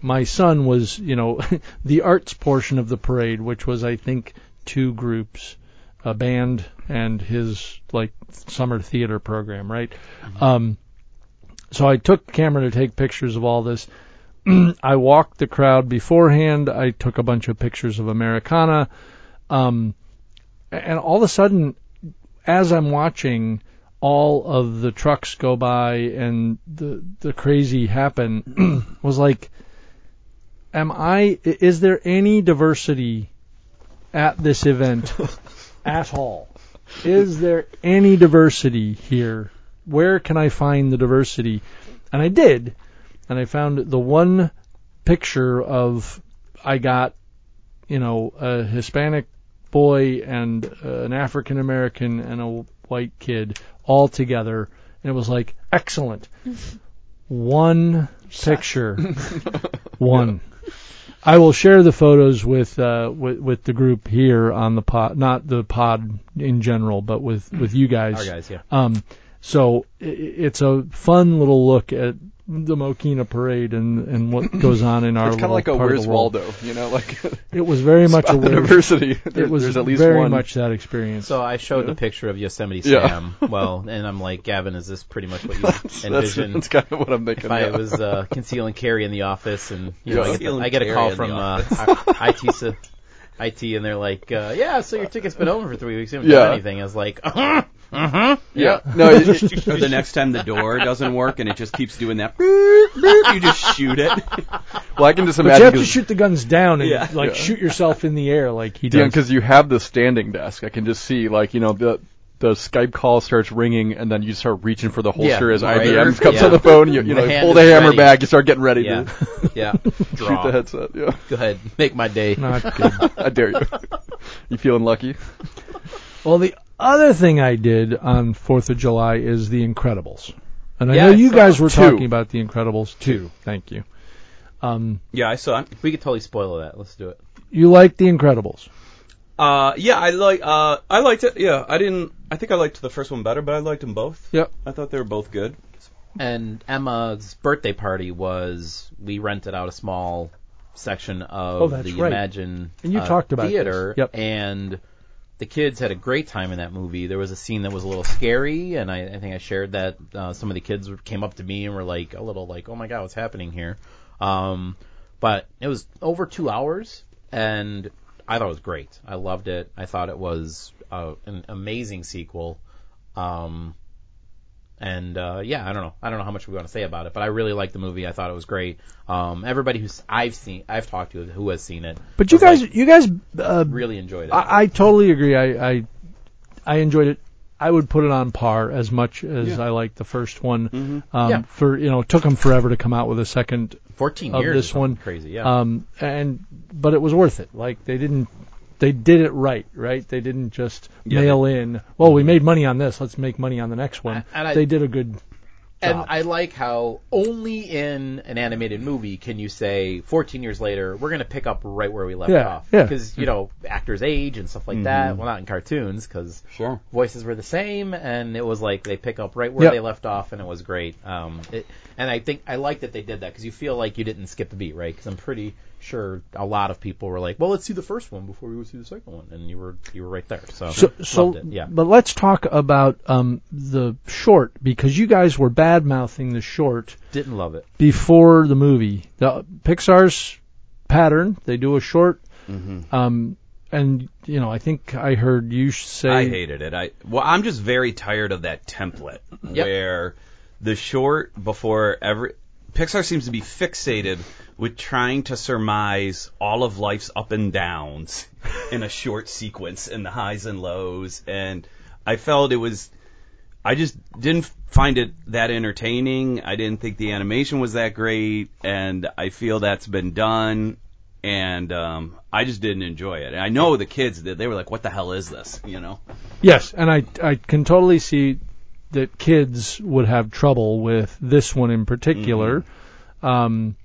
Speaker 2: my son was, you know, the arts portion of the parade, which was I think two groups, a band and his like summer theater program, right? Um, so I took camera to take pictures of all this. I walked the crowd beforehand. I took a bunch of pictures of Americana. Um, and all of a sudden, as I'm watching all of the trucks go by and the the crazy happen, was like, am I? i- Is there any diversity at this event at all? Is there any diversity here? Where can I find the diversity? And I did and I found the one picture of I got, you know, a Hispanic boy and uh, an African American and a white kid all together, and it was like excellent. One picture, one. I will share the photos with uh, with, with the group here on the pod, not the pod in general, but with with you
Speaker 5: Our guys, yeah.
Speaker 2: um, so i- i- it's a fun little look at the Mokina parade and, and what goes on in our
Speaker 3: it's kind of
Speaker 2: little
Speaker 3: like a
Speaker 2: part
Speaker 3: Where's
Speaker 2: of the world.
Speaker 3: Waldo? You know, like
Speaker 2: It was very much a
Speaker 3: about the
Speaker 2: Where's.
Speaker 3: diversity.
Speaker 2: It
Speaker 3: There-
Speaker 2: was
Speaker 3: there's at least
Speaker 2: very
Speaker 3: one.
Speaker 2: much that experience.
Speaker 5: So I showed the picture of Yosemite
Speaker 3: Yeah.
Speaker 5: Sam. Well, and I'm like, Gavin, is this pretty much what you
Speaker 3: That's, that's,
Speaker 5: envisioned?
Speaker 3: that's kind of what I'm thinking.
Speaker 5: if I
Speaker 3: yeah.
Speaker 5: was uh, conceal and carry in the office, and you know, I, get
Speaker 1: Conceal and
Speaker 5: I get a
Speaker 1: carry
Speaker 5: call
Speaker 1: in
Speaker 5: from
Speaker 1: the
Speaker 5: uh, I- IT, so- IT, and they're like, uh, "Yeah, so your ticket's been open for three weeks. You haven't
Speaker 3: Yeah.
Speaker 5: done anything." I was like, "Uh-huh, uh-huh."
Speaker 3: Yeah. No, it, it-
Speaker 1: Or the next time the door doesn't work and it just keeps doing that, boop, boop, you just shoot it.
Speaker 3: well, I can just
Speaker 2: but you
Speaker 3: imagine
Speaker 2: have to
Speaker 3: because
Speaker 2: shoot the guns down and
Speaker 1: Yeah.
Speaker 2: like
Speaker 3: Yeah.
Speaker 2: shoot yourself in the air like he does.
Speaker 3: you have the standing desk. I can just see like you know the the Skype call starts ringing and then you start reaching for the holster
Speaker 5: Yeah,
Speaker 3: as
Speaker 5: right.
Speaker 3: IBM comes
Speaker 5: Yeah.
Speaker 3: on the phone. You, you
Speaker 5: My
Speaker 3: know,
Speaker 5: hand
Speaker 3: pull
Speaker 5: is
Speaker 3: the hammer
Speaker 5: ready.
Speaker 3: back. You start getting ready
Speaker 5: yeah,
Speaker 3: to
Speaker 5: yeah,
Speaker 3: shoot
Speaker 5: draw.
Speaker 3: the headset. Yeah,
Speaker 5: Go ahead, make my day.
Speaker 2: Not good.
Speaker 3: I dare you. You feeling lucky?
Speaker 2: well, the other thing I did on Fourth of July is The Incredibles, and I
Speaker 5: Yeah,
Speaker 2: know
Speaker 5: I
Speaker 2: you
Speaker 5: saw
Speaker 2: guys were
Speaker 3: two.
Speaker 2: talking about The Incredibles too. Thank you. Um,
Speaker 1: Yeah, I saw it.
Speaker 5: We could totally spoil that. Let's do it.
Speaker 2: you like The Incredibles?
Speaker 1: Uh, yeah, I like. Uh, I liked it. Yeah, I didn't. I think I liked the first one better, but I liked them both.
Speaker 2: Yep.
Speaker 1: I thought they were both good.
Speaker 5: And Emma's birthday party was we rented out a small section of
Speaker 2: Oh, that's
Speaker 5: the
Speaker 2: right.
Speaker 5: Imagine
Speaker 2: And you
Speaker 5: uh,
Speaker 2: talked about this.
Speaker 5: theater,
Speaker 2: Yep.
Speaker 5: and the kids had a great time in that movie. There was a scene that was a little scary, and I, I think I shared that uh, some of the kids were- came up to me and were like a little like, "Oh my god, what's happening here?" Um, but it was over two hours, and I thought it was great. I loved it. I thought it was uh, an amazing sequel. Um, and uh, yeah, I don't know. I don't know how much we want to say about it, but I really liked the movie. I thought it was great. Um, everybody who's I've seen, I've talked to, who has seen it,
Speaker 2: But you
Speaker 5: was
Speaker 2: guys,
Speaker 5: like,
Speaker 2: you guys uh,
Speaker 5: really enjoyed it.
Speaker 2: I, I totally agree. I, I I enjoyed it. I would put it on par as much as I liked the first one. Um,
Speaker 5: Mm-hmm. Yeah.
Speaker 2: For you know, it took them forever to come out with a second.
Speaker 5: Fourteen
Speaker 2: of
Speaker 5: years.
Speaker 2: this
Speaker 5: is something
Speaker 2: one.
Speaker 5: crazy. Yeah.
Speaker 2: Um, and but it was worth it. Like they didn't, they did it right. Right? They didn't just
Speaker 1: Yeah,
Speaker 2: mail in. Well, we made money on this. Let's make money on the next one.
Speaker 5: And I-
Speaker 2: they did a good.
Speaker 5: And I like how only in an animated movie can you say 14 years later we're going to pick up right where we left
Speaker 2: Yeah,
Speaker 5: off
Speaker 2: yeah. Mm-hmm.
Speaker 5: because you know actors age and stuff like that. Well, not in cartoons because
Speaker 3: Sure.
Speaker 5: voices were the same and it was like they pick up right where
Speaker 2: Yep.
Speaker 5: they left off and it was great. Um, it, and I think I like that they did that because you feel like you didn't skip a beat, right? Because I'm pretty sure a lot of people were like, well, let's see the first one before we go see the second one, and you were you were right there. So,
Speaker 2: So, so
Speaker 5: loved it. yeah.
Speaker 2: but let's talk about um, the short because you guys were bad mouthing the short
Speaker 5: Didn't love it.
Speaker 2: before the movie. The Pixar's pattern, they do a short, um, and you know, I think I heard you say
Speaker 1: I hated it. I well, I'm just very tired of that template
Speaker 5: Yep.
Speaker 1: where the short before every Pixar seems to be fixated with trying to surmise all of life's up and downs in a short sequence and the highs and lows and I felt it was I just didn't find it that entertaining. I didn't think the animation was that great and I feel that's been done and um I just didn't enjoy it. And I know the kids did. They were like, "What the hell is this?" you know.
Speaker 2: yes, and I I can totally see that kids would have trouble with this one in particular. Um,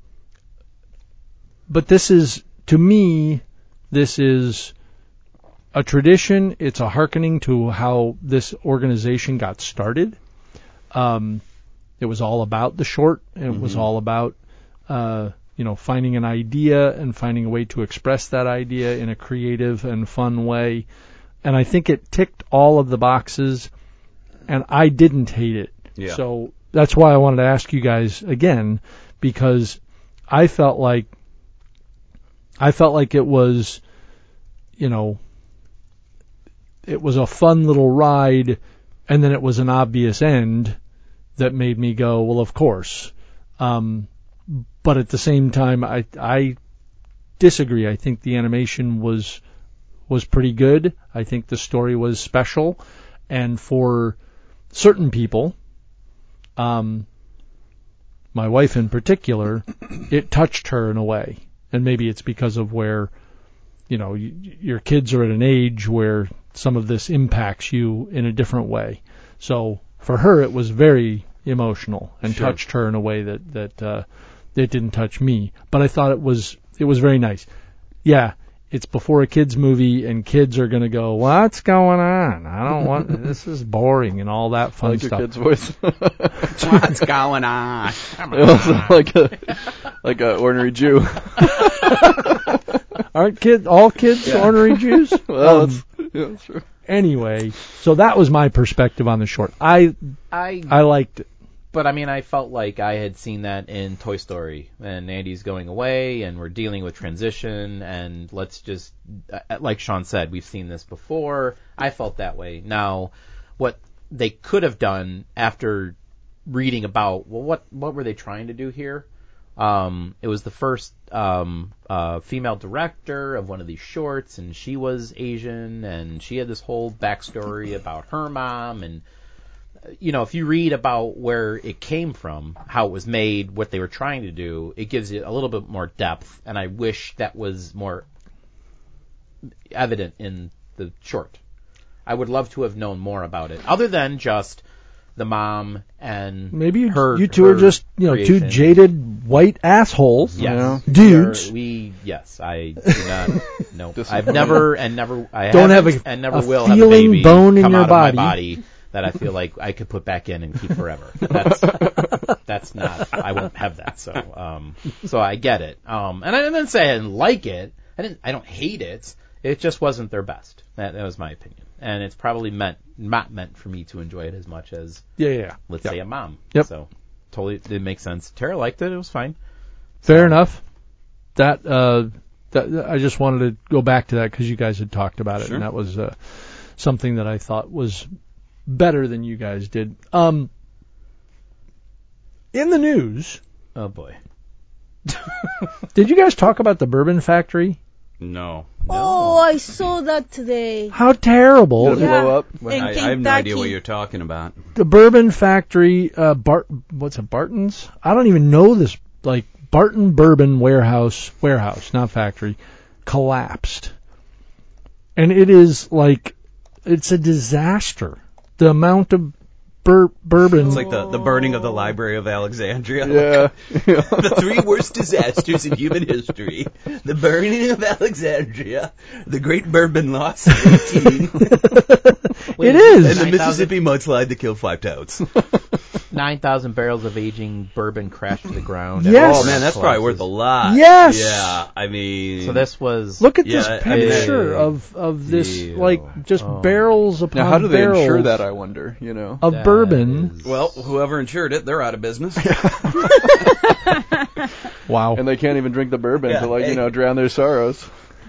Speaker 2: but this is to me, this is a tradition. It's a hearkening to how this organization got started. Um, it was all about the short, and it was all about uh, you know finding an idea and finding a way to express that idea in a creative and fun way. And I think it ticked all of the boxes, and I didn't hate it.
Speaker 1: Yeah.
Speaker 2: So that's why I wanted to ask you guys again because I felt like I felt like it was, you know, it was a fun little ride, and then it was an obvious end that made me go, well, of course. Um, but at the same time, I I disagree. I think the animation was was pretty good. I think the story was special, and for certain people, um, my wife in particular, it touched her in a way, and maybe it's because of where, you know, y- your kids are at an age where some of this impacts you in a different way. So for her, it was very emotional and touched her in a way that that uh, it didn't touch me. But I thought it was it was very nice. Yeah, it's before a kids movie, and kids are gonna go, "What's going on? I don't want this is boring and all that
Speaker 3: I
Speaker 2: fun
Speaker 3: like your
Speaker 2: stuff."
Speaker 3: kid's voice.
Speaker 1: What's going on?
Speaker 3: It was like a like a ordinary Jew.
Speaker 2: Aren't kid all kids ornery Jews?
Speaker 3: Well,
Speaker 2: Um,
Speaker 3: that's, yeah, that's true.
Speaker 2: anyway, so that was my perspective on the short. I
Speaker 5: I
Speaker 2: I liked it.
Speaker 5: But I mean, I felt like I had seen that in Toy Story, and Andy's going away, and we're dealing with transition, and let's just, uh, like Sean said, we've seen this before. I felt that way. Now, what they could have done after reading about, well, what what were they trying to do here? Um, it was the first um, uh, female director of one of these shorts, and she was Asian, and she had this whole backstory about her mom and uh, you know, if you read about where it came from, how it was made, what they were trying to do, it gives you a little bit more depth. And I wish that was more evident in the short. I would love to have known more about it, other than just the mom and
Speaker 2: Maybe you,
Speaker 5: her.
Speaker 2: you two
Speaker 5: her
Speaker 2: are just you know two
Speaker 5: creation.
Speaker 2: jaded white assholes,
Speaker 5: Yes.
Speaker 2: you know,
Speaker 5: We
Speaker 2: dudes.
Speaker 5: are- We yes, I do not. no, I've
Speaker 3: Disappointed.
Speaker 5: never and never. I
Speaker 2: Don't have
Speaker 5: haven't
Speaker 2: a-
Speaker 5: and never
Speaker 2: a
Speaker 5: will have a
Speaker 2: feeling
Speaker 5: baby
Speaker 2: bone in
Speaker 5: come
Speaker 2: your
Speaker 5: out of my
Speaker 2: body.
Speaker 5: body that I feel like I could put back in and keep forever. That's that's not. I won't have that. So um, so I get it. Um, and I didn't say I didn't like it. I didn't. I don't hate it. It just wasn't their best. That, that was my opinion, and it's probably meant not meant for me to enjoy it as much as
Speaker 2: Yeah, yeah, yeah.
Speaker 5: let's say a mom.
Speaker 2: Yep.
Speaker 5: So totally, it makes sense. Tara liked it. It was fine.
Speaker 2: Fair enough. That uh, that I just wanted to go back to that because you guys had talked about it, and that was uh, something that I thought was better than you guys did. Um, in the news,
Speaker 5: Oh boy.
Speaker 2: did you guys talk about the Bourbon Factory?
Speaker 1: No,
Speaker 6: Oh, I saw that today.
Speaker 2: How terrible!
Speaker 3: Did it blow up?
Speaker 6: In
Speaker 1: I, I have no idea
Speaker 6: Kentucky.
Speaker 1: what you're talking about.
Speaker 2: the bourbon factory uh Bart what's it Barton's I don't even know this like Barton Bourbon Warehouse warehouse not factory collapsed and it is like it's a disaster the amount of bur- bourbon.
Speaker 1: It's like the, the burning of the Library of Alexandria.
Speaker 3: Yeah.
Speaker 4: The three worst disasters in human history the burning of Alexandria, the Great Bourbon Loss of 18,
Speaker 2: it
Speaker 1: And
Speaker 2: is.
Speaker 1: the Mississippi mudslide that killed five toads.
Speaker 5: Nine thousand barrels of aging bourbon crashed to the ground.
Speaker 2: Yes.
Speaker 1: Oh man, that's probably worth a lot.
Speaker 2: Yes.
Speaker 1: Yeah. I mean.
Speaker 5: So this was
Speaker 2: Look at
Speaker 1: Yeah,
Speaker 2: this
Speaker 1: I-
Speaker 2: picture of of this
Speaker 1: Ew.
Speaker 2: like just
Speaker 5: Oh.
Speaker 2: barrels upon
Speaker 3: now, how do they
Speaker 2: barrels
Speaker 3: ensure that? I wonder. You know.
Speaker 2: of
Speaker 5: that
Speaker 2: bourbon.
Speaker 5: is-
Speaker 1: Well, whoever insured it, they're out of business.
Speaker 2: Wow.
Speaker 3: And they can't even drink the bourbon
Speaker 1: Yeah,
Speaker 3: to like
Speaker 1: hey.
Speaker 3: you know drown their sorrows.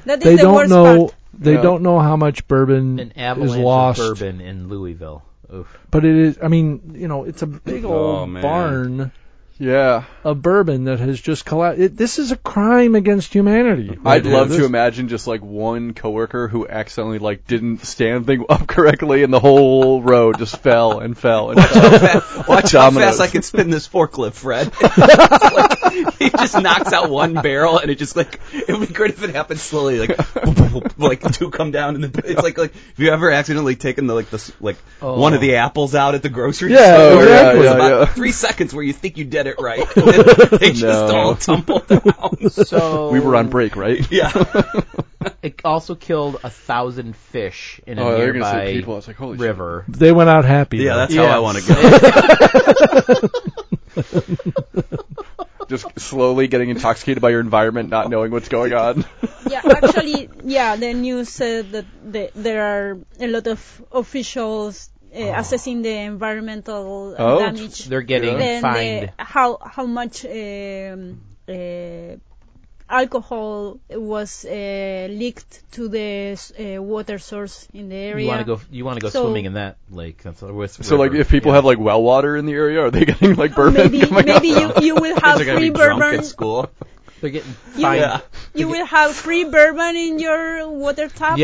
Speaker 6: That is
Speaker 2: They
Speaker 6: the
Speaker 2: don't
Speaker 6: worst
Speaker 2: know.
Speaker 6: part.
Speaker 2: They
Speaker 3: Yeah.
Speaker 2: don't know how much bourbon
Speaker 5: an
Speaker 2: is
Speaker 5: avalanche
Speaker 2: lost,
Speaker 5: of bourbon in Louisville. Oof.
Speaker 2: but it is. I mean, you know, it's a big
Speaker 1: Oh,
Speaker 2: old
Speaker 1: man.
Speaker 2: barn
Speaker 3: Yeah,
Speaker 2: of bourbon that has just collapsed. It, this is a crime against humanity.
Speaker 3: I'd love
Speaker 2: this.
Speaker 3: to imagine just like one coworker who accidentally like didn't stand thing up correctly, and the whole row just fell and fell and fell.
Speaker 1: Watch how
Speaker 3: Dominoes.
Speaker 1: fast I can spin this forklift, Fred. Like, he just knocks out one barrel, and it just like it would be great if it happened slowly, like boop, boop, boop, like two come down, and then it's like like if you ever accidentally taken the like the s- like one of the apples out at the grocery
Speaker 2: Yeah,
Speaker 1: store,
Speaker 2: oh,
Speaker 1: it
Speaker 2: yeah,
Speaker 1: was
Speaker 3: yeah,
Speaker 1: about
Speaker 3: yeah.
Speaker 1: three seconds where you think you did it right, and then they just
Speaker 3: No.
Speaker 1: all tumble down.
Speaker 5: So
Speaker 3: We were on break, right?
Speaker 1: yeah,
Speaker 5: It also killed a thousand fish in a
Speaker 3: Oh, they're gonna
Speaker 5: nearby
Speaker 3: say people. It's like holy shit.
Speaker 5: river.
Speaker 2: They went out happy.
Speaker 1: yeah,
Speaker 2: though.
Speaker 1: that's how I
Speaker 5: Yes.
Speaker 1: want to go.
Speaker 3: Just slowly getting intoxicated by your environment, not knowing what's going on.
Speaker 6: Yeah, actually, yeah, the news said that the, there are a lot of officials uh,
Speaker 1: Oh.
Speaker 6: assessing the environmental uh,
Speaker 3: Oh,
Speaker 6: damage.
Speaker 5: They're getting
Speaker 6: Then
Speaker 5: fined.
Speaker 6: the, how how much um, uh, alcohol was uh, leaked to the s- uh, water source in the area?
Speaker 5: You want to go? You want to go
Speaker 6: So-
Speaker 5: swimming in that lake? That's a river.
Speaker 3: So like, if people have like well water in the area, are they getting like bourbon? Oh
Speaker 6: Maybe
Speaker 3: coming
Speaker 6: maybe
Speaker 3: out?
Speaker 6: you, you will have
Speaker 1: Kids are gonna
Speaker 6: free
Speaker 1: be drunk
Speaker 6: bourbon.
Speaker 1: at school.
Speaker 5: they're getting
Speaker 6: You,
Speaker 5: fined. Yeah.
Speaker 6: you will have free bourbon in your water tap.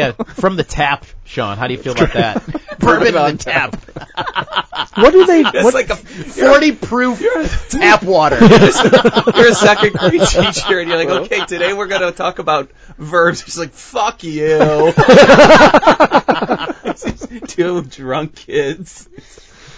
Speaker 5: from the tap, Sean. How do you feel about that? Bourbon on tap,
Speaker 2: What do they? what,
Speaker 1: It's like a
Speaker 5: forty proof tap water.
Speaker 1: You're a second grade teacher, and you're like, okay, today we're gonna talk about verbs. She's like, fuck you. It's just Two drunk kids.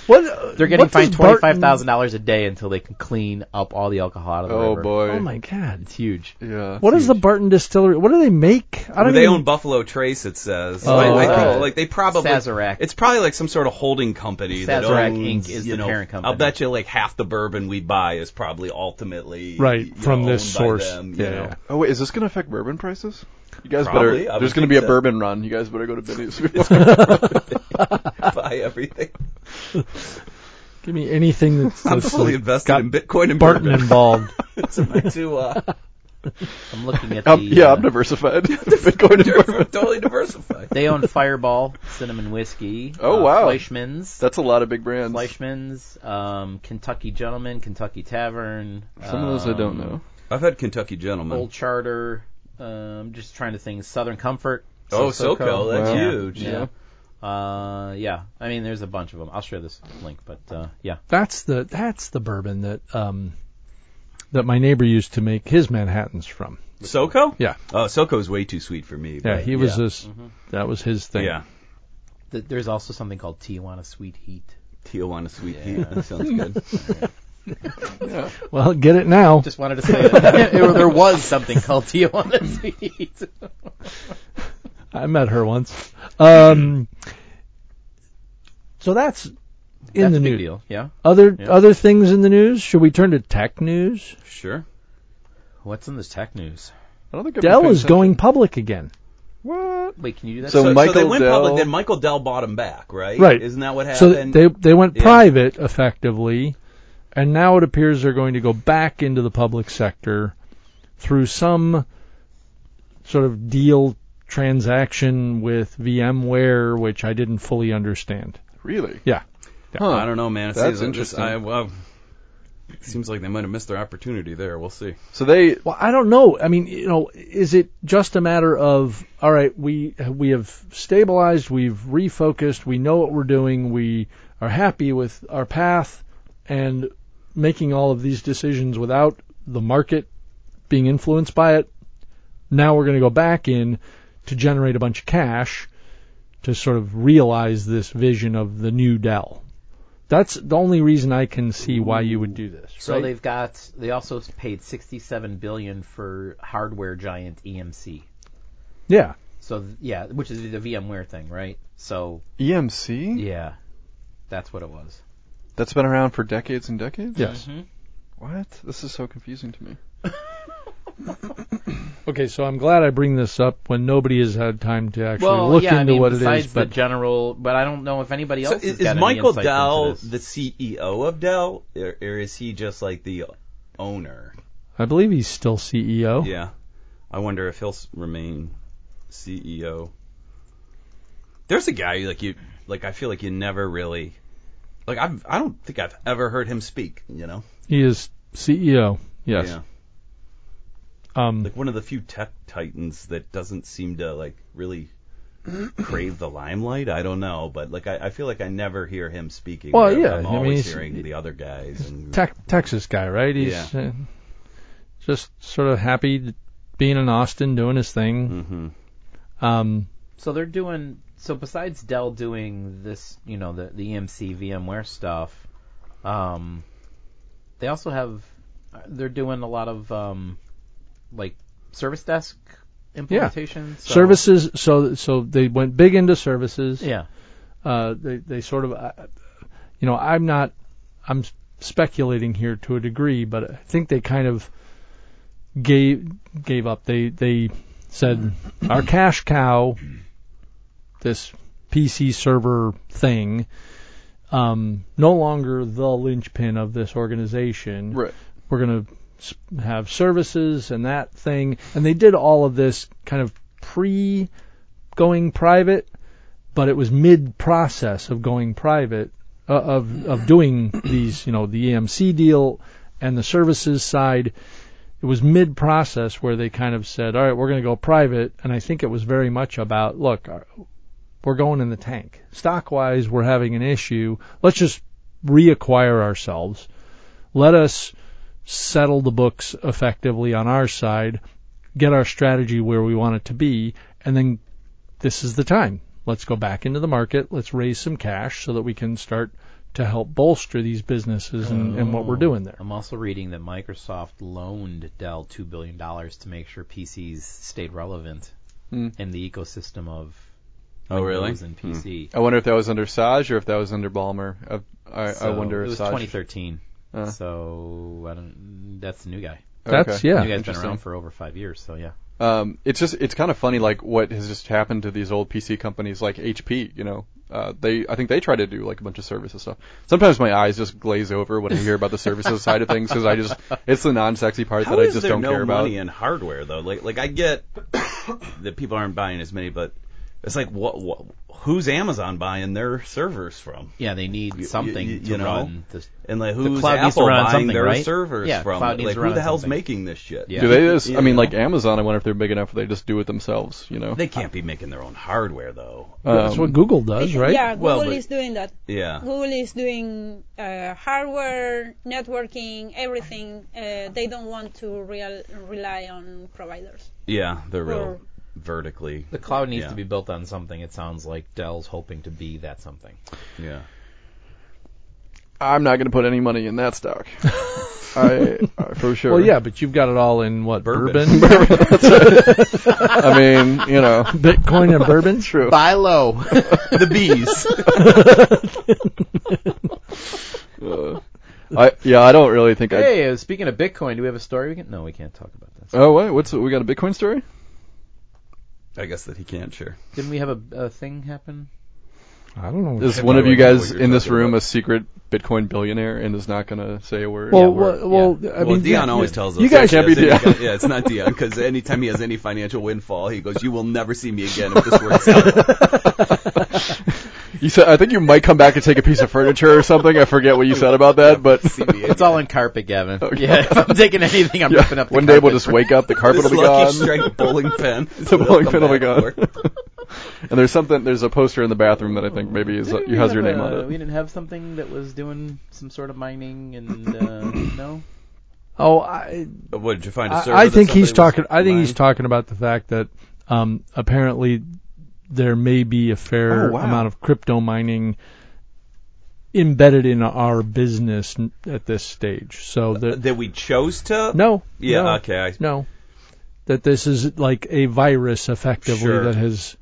Speaker 2: what?
Speaker 5: They're getting
Speaker 2: what does
Speaker 5: fined twenty five
Speaker 2: Barton-
Speaker 5: thousand dollars a day until they can clean up all the alcohol out of the
Speaker 3: Oh
Speaker 5: river.
Speaker 3: boy.
Speaker 2: Oh my God.
Speaker 5: it's huge.
Speaker 3: Yeah.
Speaker 2: What is the Barton Distillery? What do they make? I don't
Speaker 1: they
Speaker 2: even-
Speaker 1: own Buffalo Trace. It says.
Speaker 2: Oh,
Speaker 1: like, like,
Speaker 2: wow.
Speaker 1: like, they probably.
Speaker 5: Sazerac.
Speaker 1: It's probably like some sort of holding company that
Speaker 5: Sazerac
Speaker 1: owns.
Speaker 5: Inc. is
Speaker 1: you
Speaker 5: the
Speaker 1: know,
Speaker 5: parent company.
Speaker 1: I'll bet you like half the bourbon we buy is probably ultimately
Speaker 2: Right,
Speaker 1: you
Speaker 2: from
Speaker 1: know,
Speaker 2: this
Speaker 1: owned by
Speaker 2: source.
Speaker 1: them, you
Speaker 2: Yeah,
Speaker 1: know.
Speaker 2: yeah.
Speaker 3: Oh wait, is this gonna affect bourbon prices? You guys
Speaker 1: Probably, I
Speaker 3: better.
Speaker 1: would
Speaker 3: There's gonna
Speaker 1: think
Speaker 3: be a
Speaker 1: so.
Speaker 3: bourbon run. You guys better go to Benny's.
Speaker 1: buy everything.
Speaker 2: Give me anything that's,
Speaker 1: I'm
Speaker 2: that's
Speaker 1: fully
Speaker 2: like
Speaker 1: invested
Speaker 2: got
Speaker 1: in Bitcoin and
Speaker 2: Barton
Speaker 1: bourbon.
Speaker 2: involved.
Speaker 1: Those are my two, uh,
Speaker 5: I'm looking at the.
Speaker 3: I'm, Um, yeah,
Speaker 5: uh,
Speaker 3: I'm diversified. Bitcoin and bourbon.
Speaker 1: totally diversified.
Speaker 5: they own Fireball, Cinnamon Whiskey.
Speaker 3: Oh,
Speaker 5: uh,
Speaker 3: wow.
Speaker 5: Fleischmann's.
Speaker 3: That's a lot of big brands.
Speaker 5: Fleischmann's, um, Kentucky Gentleman, Kentucky Tavern.
Speaker 3: Some of those I don't
Speaker 5: um,
Speaker 3: know.
Speaker 1: I've had Kentucky Gentlemen.
Speaker 5: Old Charter. Um, just trying to think. Southern Comfort.
Speaker 1: Oh,
Speaker 5: So-
Speaker 1: SoCo, that's
Speaker 3: Wow.
Speaker 1: huge.
Speaker 5: Yeah. Uh, yeah. I mean, there's a bunch of them. I'll share this link, but uh, yeah.
Speaker 2: That's the that's the bourbon that um that my neighbor used to make his Manhattans from.
Speaker 1: SoCo?
Speaker 2: Yeah.
Speaker 1: Oh, SoCo is way too sweet for me.
Speaker 2: Yeah,
Speaker 1: but
Speaker 2: he was
Speaker 1: yeah.
Speaker 2: this.
Speaker 5: Mm-hmm.
Speaker 2: That was his thing.
Speaker 1: Yeah.
Speaker 5: Th- there's also something called Tijuana Sweet Heat.
Speaker 1: Tijuana sweet heat. That sounds good.
Speaker 2: Well, get it now.
Speaker 5: Just wanted to say that there was something called Tijuana Sweet Heat.
Speaker 2: I met her once. Um, so that's in
Speaker 5: That's
Speaker 2: the
Speaker 5: a big
Speaker 2: news.
Speaker 5: deal. Yeah.
Speaker 2: Other
Speaker 5: Yeah.
Speaker 2: other things in the news. Should we turn to tech news?
Speaker 1: sure.
Speaker 5: What's in this tech news?
Speaker 3: I don't think I've been
Speaker 2: Dell
Speaker 3: paying
Speaker 2: is
Speaker 3: attention.
Speaker 2: going public again.
Speaker 3: What?
Speaker 5: Wait, can you do that?
Speaker 3: So
Speaker 1: So, so they
Speaker 3: Michael
Speaker 1: went
Speaker 3: Dell-
Speaker 1: public, then Michael Dell bought him back, right?
Speaker 2: Right.
Speaker 1: Isn't that what
Speaker 2: So
Speaker 1: happened?
Speaker 2: they they went
Speaker 1: Yeah.
Speaker 2: private effectively, and now it appears they're going to go back into the public sector through some sort of deal transaction with VMware, which I didn't fully understand.
Speaker 3: Really?
Speaker 2: Yeah.
Speaker 3: Huh.
Speaker 1: I don't know, man. It
Speaker 3: That's
Speaker 1: seems,
Speaker 3: interesting.
Speaker 1: I, well, it seems like they might have missed their opportunity there. We'll see.
Speaker 3: So they.
Speaker 2: Well, I don't know. I mean, you know, is it just a matter of all right? We we have stabilized, we've refocused, we know what we're doing, we are happy with our path, and making all of these decisions without the market being influenced by it. Now we're going to go back in to generate a bunch of cash to sort of realize this vision of the new Dell. That's the only reason I can see why you would do this.
Speaker 5: So
Speaker 2: right?
Speaker 5: they've got they also paid 67 billion for hardware giant EMC.
Speaker 2: yeah,
Speaker 5: So th- yeah, which is the VMware thing, right? So
Speaker 3: E EMC?
Speaker 5: yeah, that's what it was.
Speaker 3: That's been around for decades and decades?
Speaker 5: Mm-hmm.
Speaker 2: yes.
Speaker 3: What? This is so confusing to me.
Speaker 2: Okay, so I'm glad I bring this up when nobody has had time to actually
Speaker 5: Well,
Speaker 2: look
Speaker 5: yeah,
Speaker 2: into
Speaker 5: I mean,
Speaker 2: what it
Speaker 5: besides
Speaker 2: is.
Speaker 5: the
Speaker 2: But
Speaker 5: general, but I don't know if anybody
Speaker 1: So
Speaker 5: else
Speaker 1: is,
Speaker 5: has got
Speaker 1: is
Speaker 5: any
Speaker 1: Michael
Speaker 5: insight into
Speaker 1: Dell
Speaker 5: this.
Speaker 1: the CEO of Dell, or, or is he just like the owner?
Speaker 2: I believe he's still E CEO.
Speaker 1: Yeah, I wonder if he'll s- remain CEO. There's a guy like you, like I feel like you never really, like I've, I don't think I've ever heard him speak. You know,
Speaker 2: He is CEO. Yes.
Speaker 1: yeah,
Speaker 2: Um,
Speaker 1: like one of the few tech titans that doesn't seem to like really crave the limelight. I don't know, but like I, I feel like I never hear him speaking.
Speaker 2: Well,
Speaker 1: I'm-
Speaker 2: yeah,
Speaker 1: I'm
Speaker 2: I mean,
Speaker 1: always
Speaker 2: he's-
Speaker 1: hearing the other guys. And,
Speaker 2: Tex Texas guy, right? He's uh, just sort of happy to- being in Austin doing his thing.
Speaker 1: hmm
Speaker 2: Um,
Speaker 5: So they're doing. So besides Dell doing this, you know, the the EMC VMware stuff, um, they also have. They're doing a lot of um, like service desk implementation. so-
Speaker 2: Services. So so they went big into services.
Speaker 5: Yeah.
Speaker 2: Uh, they they sort of, uh, you know, I'm not, I'm s- speculating here to a degree, but I think they kind of gave gave up. They they said our cash cow, this PC server thing, um, no longer the linchpin of this organization
Speaker 3: Right.
Speaker 2: we're going to have services and that thing. And they did all of this kind of pre going private, but it was mid process of going private, uh, of, of doing these, you know, the EMC deal and the services side. It was mid process where they kind of said, all right, we're going to go private. And I think it was very much about, look, our- we're going in the tank. Stock wise, we're having an issue. Let's just reacquire ourselves. Let us settle the books effectively on our side, get our strategy where we want it to be, and then this is the time. Let's go back into the market. Let's raise some cash so that we can start to help bolster these businesses and, and what we're doing there.
Speaker 5: I'm also reading that Microsoft loaned Dell two billion dollars to make sure PCs stayed relevant
Speaker 3: Mm.
Speaker 5: in the ecosystem of
Speaker 1: Oh, really?
Speaker 5: Windows and PC.
Speaker 3: I wonder if that was under Saj or if that was under Balmer. I, I, I
Speaker 5: So
Speaker 3: wonder if
Speaker 5: It was
Speaker 3: Saj.
Speaker 5: 2013.
Speaker 3: Uh.
Speaker 5: So I don't. That's the new guy.
Speaker 2: That's
Speaker 3: Okay.
Speaker 2: yeah.
Speaker 5: new guy's been
Speaker 3: Interesting.
Speaker 5: around for over five years. So yeah.
Speaker 3: Um, it's just it's kind of funny like what has just happened to these old PC companies like HP. You know, uh, they I think they try to do like a bunch of services stuff. Sometimes my eyes just glaze over when I hear about the services side of things because I just it's the non-sexy part
Speaker 1: How
Speaker 3: that I
Speaker 1: is
Speaker 3: just
Speaker 1: there
Speaker 3: don't
Speaker 1: no
Speaker 3: care about.
Speaker 1: money in hardware though? Like, like I get that people aren't buying as many, but it's like, what, what who's Amazon buying their servers from?
Speaker 5: Yeah, they need
Speaker 1: you-
Speaker 5: something
Speaker 1: you-
Speaker 5: to
Speaker 1: you know,
Speaker 5: run. The,
Speaker 1: And like, who's
Speaker 5: cloud needs to
Speaker 1: Apple
Speaker 5: run on
Speaker 1: buying
Speaker 5: something,
Speaker 1: their
Speaker 5: right?
Speaker 1: servers
Speaker 5: Yeah,
Speaker 1: from?
Speaker 5: cloud
Speaker 1: Like,
Speaker 5: needs to
Speaker 1: who
Speaker 5: run
Speaker 1: the
Speaker 5: on
Speaker 1: hell's
Speaker 5: something.
Speaker 1: making this shit?
Speaker 5: Yeah.
Speaker 3: Do they? Just,
Speaker 1: You
Speaker 3: I mean,
Speaker 1: know?
Speaker 3: like Amazon. I wonder if they're big enough. They just do it themselves. You know. Um,
Speaker 1: They can't be making their own hardware though.
Speaker 2: That's what Google does, right?
Speaker 6: Yeah,
Speaker 1: Well,
Speaker 6: Google
Speaker 1: but-
Speaker 6: is doing that.
Speaker 1: Yeah.
Speaker 6: Google is doing uh, hardware, networking, everything. Uh, they don't want to real, rely on providers.
Speaker 1: Yeah, they're real
Speaker 6: Or-
Speaker 1: vertically.
Speaker 5: the cloud needs
Speaker 1: Yeah.
Speaker 5: to be built on something. It sounds like Dell's hoping to be that something.
Speaker 1: Yeah.
Speaker 3: I'm not going to put any money in that stock. I, I for sure.
Speaker 2: Well, yeah, but you've got it all in what
Speaker 1: Bourbon.
Speaker 2: bourbon,
Speaker 3: I mean, you know,
Speaker 2: Bitcoin, and bourbon.
Speaker 3: true.
Speaker 5: Buy low.
Speaker 1: The bees.
Speaker 3: Uh, I yeah, I don't really think I.
Speaker 5: hey, uh, speaking of Bitcoin, do we have a story? We can, no, we can't talk about this.
Speaker 3: Oh wait, what's we got a Bitcoin story?
Speaker 1: I guess that he can't share.
Speaker 5: Didn't we have a, a thing happen?
Speaker 2: I don't know.
Speaker 3: Is
Speaker 1: I
Speaker 3: one of
Speaker 1: probably
Speaker 3: you
Speaker 1: know
Speaker 3: guys
Speaker 1: what you're
Speaker 3: in this
Speaker 1: talking
Speaker 3: room
Speaker 1: about.
Speaker 3: a secret Bitcoin billionaire and is not gonna say a word?
Speaker 2: well,
Speaker 5: yeah, we're-
Speaker 2: well, well, I mean,
Speaker 1: well, Dion
Speaker 2: yeah,
Speaker 1: always
Speaker 2: yeah.
Speaker 1: tells us.
Speaker 2: You guys
Speaker 1: that
Speaker 3: can't
Speaker 1: he
Speaker 3: be
Speaker 1: has any
Speaker 3: Dion.
Speaker 1: kind- yeah, it's not Dion because anytime he has any financial windfall, he goes, "You will never see me again if this works out."
Speaker 3: You said I think you might come back and take a piece of furniture or something. I forget what you said about that, but
Speaker 1: See me
Speaker 5: It's
Speaker 1: again.
Speaker 5: all in carpet, Gavin. Yeah, if I'm taking anything, I'm ripping up. The
Speaker 3: one day we'll
Speaker 5: carpet.
Speaker 3: just wake up, the carpet will
Speaker 1: This
Speaker 3: be
Speaker 1: lucky
Speaker 3: gone,
Speaker 1: strike bowling pin. is
Speaker 3: The
Speaker 1: what
Speaker 3: bowling
Speaker 1: I'll
Speaker 3: pin will be
Speaker 1: come back
Speaker 3: gone. and there's something. There's a poster in the bathroom that I think maybe is
Speaker 5: Didn't we
Speaker 3: has your
Speaker 5: have
Speaker 3: name
Speaker 5: a-
Speaker 3: on
Speaker 5: We
Speaker 3: it.
Speaker 5: didn't have something that was doing some sort of mining and uh, no.
Speaker 2: Oh, I,
Speaker 1: for. What did you find? A server
Speaker 2: I, I
Speaker 1: that
Speaker 2: think he's
Speaker 1: somebody
Speaker 2: talking.
Speaker 1: was
Speaker 2: I think he's
Speaker 1: mining?
Speaker 2: talking about the fact that um, apparently there may be a fair
Speaker 3: Oh, wow.
Speaker 2: amount of crypto mining embedded in our business n- at this stage. So that
Speaker 1: that we chose to.
Speaker 2: no,
Speaker 1: Uh, Yeah.
Speaker 2: no,
Speaker 1: Okay. I,
Speaker 2: no, that this is like a virus effectively
Speaker 1: Sure.
Speaker 2: that has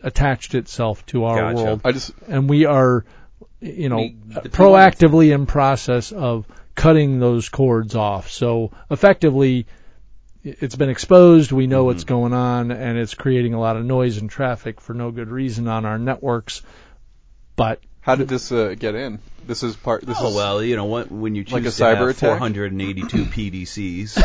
Speaker 2: attached itself to our
Speaker 1: Gotcha.
Speaker 2: world,
Speaker 3: I just
Speaker 2: and we are, you know,
Speaker 1: We- the-
Speaker 2: proactively in process of cutting those cords off. So effectively. i- It's been exposed. We know
Speaker 1: Mm-hmm.
Speaker 2: what's going on, and it's creating a lot of noise and traffic for no good reason on our networks. But
Speaker 3: how did this uh, get in? This is part. This
Speaker 1: Oh
Speaker 3: is
Speaker 1: well, you know what? When you choose
Speaker 3: Like a
Speaker 1: to
Speaker 3: cyber attack?
Speaker 1: have 482 PDCs,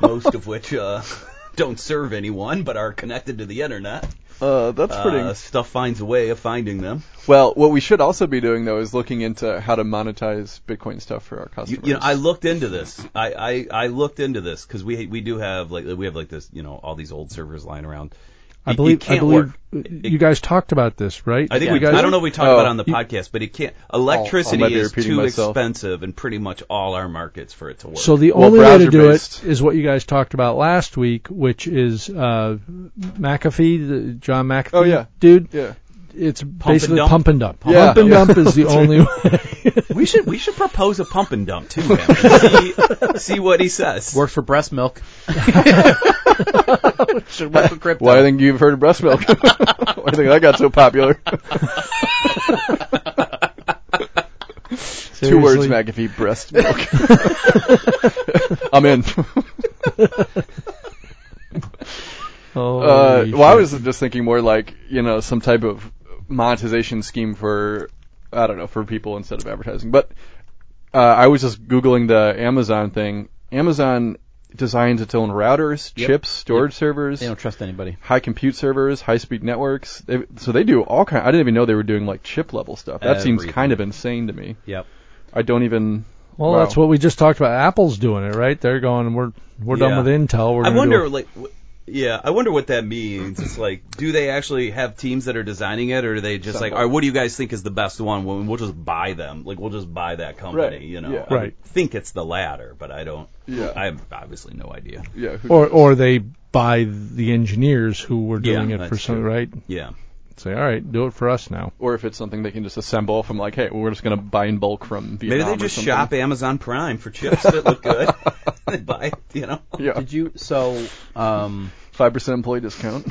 Speaker 1: most of which uh, don't serve anyone but are connected to the internet,
Speaker 3: Uh, that's pretty.
Speaker 1: uh, stuff finds a way of finding them.
Speaker 3: well, what we should also be doing though is looking into how to monetize Bitcoin stuff for our
Speaker 1: You,
Speaker 3: customers.
Speaker 1: you know, I looked into this. I, I, I looked into this because we we do have like we have like this you know all these old servers lying around. It-
Speaker 2: I
Speaker 1: it
Speaker 2: believe I
Speaker 1: can't
Speaker 2: believe
Speaker 1: work.
Speaker 2: uh,
Speaker 1: It-
Speaker 2: you guys talked about this, right?
Speaker 1: I think
Speaker 2: you
Speaker 1: we.
Speaker 2: guys,
Speaker 1: I don't know. if We talked
Speaker 3: Oh.
Speaker 1: about it on the podcast, but it can't. Electricity
Speaker 3: might be
Speaker 1: is
Speaker 3: repeating
Speaker 1: too
Speaker 3: myself.
Speaker 1: expensive in pretty much all our markets for it to work.
Speaker 2: So the
Speaker 3: Well,
Speaker 2: only way to do
Speaker 3: browser-based.
Speaker 2: it is what you guys talked about last week, which is uh, McAfee, the John McAfee
Speaker 3: Oh, yeah.
Speaker 2: dude.
Speaker 3: Yeah.
Speaker 2: It's basically
Speaker 1: dump?
Speaker 2: pump and dump.
Speaker 3: Yeah.
Speaker 2: Pump and
Speaker 3: Yeah.
Speaker 2: dump is the only way.
Speaker 1: we should we should propose a pump and dump to him. and see, see what he says.
Speaker 5: Works for breast milk. Should work for crypto.
Speaker 3: Why do you think you've heard of breast milk? Why do you think that got so popular? Two words,
Speaker 2: Seriously.
Speaker 3: McAfee, breast milk. I'm in. Uh,
Speaker 2: Uh, Holy
Speaker 3: well, I
Speaker 2: shit.
Speaker 3: was just thinking more like, you know, some type of monetization scheme for, I don't know, for people instead of advertising. But uh, I was just Googling the Amazon thing. Amazon designs its own routers,
Speaker 5: Yep.
Speaker 3: chips, storage servers.
Speaker 5: They don't trust anybody.
Speaker 3: high compute servers, high speed networks. They, so they do all kind. I didn't even know they were doing like chip level stuff. That seems
Speaker 1: Everything.
Speaker 3: kind of insane to me.
Speaker 5: Yep.
Speaker 3: I don't even.
Speaker 2: well,
Speaker 3: wow.
Speaker 2: that's what we just talked about. Apple's doing it, right? They're going. We're we're
Speaker 1: Yeah.
Speaker 2: done with Intel. We're
Speaker 1: I
Speaker 2: gonna
Speaker 1: wonder,
Speaker 2: Do
Speaker 1: like, w- yeah, I wonder what that means. It's like, do they actually have teams that are designing it, or are they just like, all right, what do you guys think is the best one? We'll, we'll just buy them. Like, we'll just buy that company.
Speaker 3: Right,
Speaker 1: You know,
Speaker 3: yeah.
Speaker 1: I would
Speaker 2: Right.
Speaker 1: think it's the latter, but I don't.
Speaker 3: Yeah.
Speaker 1: I have obviously no idea.
Speaker 3: yeah. Who,
Speaker 2: a, or or they buy the engineers who were doing
Speaker 1: Yeah,
Speaker 2: it for
Speaker 1: that's
Speaker 2: some
Speaker 1: true.
Speaker 2: right.
Speaker 1: Yeah,
Speaker 2: Say, all right, do it for us now.
Speaker 3: or if it's something they can just assemble from like, hey, we're just gonna buy in bulk from Vietnam.
Speaker 1: maybe they
Speaker 3: or
Speaker 1: just
Speaker 3: something.
Speaker 1: shop Amazon Prime for chips that look good. they buy, it, you know.
Speaker 3: Yeah.
Speaker 5: Did you? So, um,
Speaker 3: Five percent employee discount.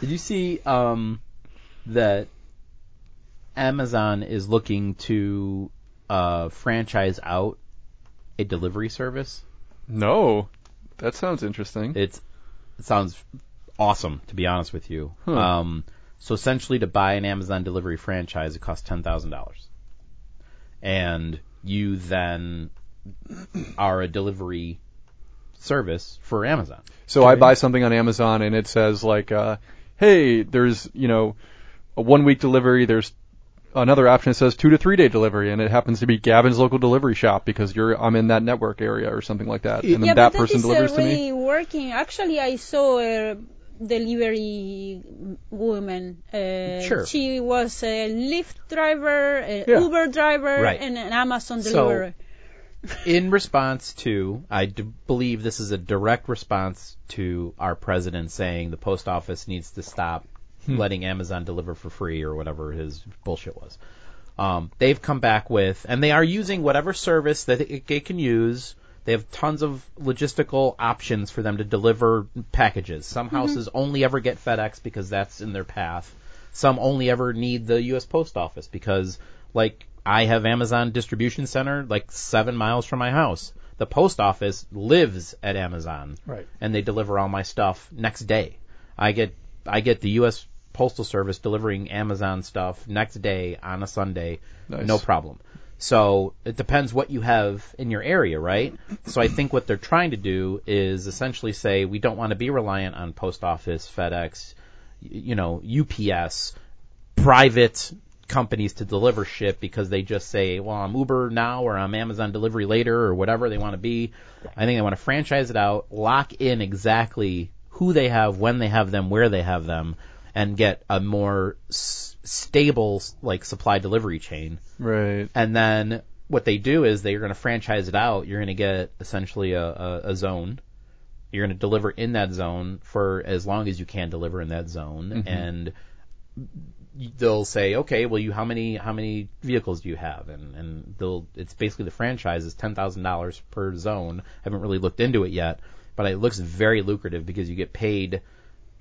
Speaker 5: did you see um, that Amazon is looking to uh, franchise out a delivery service?
Speaker 3: no. That sounds interesting.
Speaker 5: It's it sounds awesome to be honest with you. Um, so essentially, to buy an Amazon delivery franchise, it costs ten thousand dollars, and you then are a delivery service for Amazon.
Speaker 3: So I buy something on Amazon and it says like, uh, hey, there's you know, a one week delivery. There's another option that says two to three day delivery, and it happens to be Gavin's local delivery shop because you're I'm in that network area or something like that, and
Speaker 6: yeah,
Speaker 3: then that
Speaker 6: but
Speaker 3: person
Speaker 6: that is
Speaker 3: delivers to
Speaker 6: already
Speaker 3: me.
Speaker 6: working. Actually, I saw a delivery woman. Uh,
Speaker 5: Sure.
Speaker 6: She was a Lyft driver, a
Speaker 3: Yeah.
Speaker 6: Uber driver,
Speaker 5: Right.
Speaker 6: and an Amazon
Speaker 5: So-
Speaker 6: delivery.
Speaker 5: in response to, I d- believe this is a direct response to our president saying the post office needs to stop letting Amazon deliver for free or whatever his bullshit was. Um, they've come back with, and they are using whatever service that it, it can use. They have tons of logistical options for them to deliver packages. Some houses only ever get FedEx because that's in their path. Some only ever need the U.S. Post Office because, like, I have Amazon distribution center like seven miles from my house. The post office lives at Amazon,
Speaker 2: Right.
Speaker 5: And they deliver all my stuff next day. I get I get the U.S. Postal Service delivering Amazon stuff next day on a Sunday,
Speaker 3: Nice.
Speaker 5: no problem. So it depends what you have in your area, right? So I think what they're trying to do is essentially say we don't want to be reliant on post office, FedEx, y- you know, UPS, private companies to deliver shit because they just say, well, I'm Uber now or I'm Amazon delivery later or whatever they want to be. I think they want to franchise it out, lock in exactly who they have, when they have them, where they have them, and get a more s- stable like supply delivery chain.
Speaker 3: Right.
Speaker 5: And then what they do is they're going to franchise it out. You're going to get essentially a, a, a zone. You're going to
Speaker 3: Mm-hmm.
Speaker 5: deliver in that zone for as long as you can deliver in that zone. And y- they'll say, okay, well, you how many how many vehicles do you have? And and they'll it's basically the franchise is ten thousand dollars per zone. I haven't really looked into it yet, but it looks very lucrative because you get paid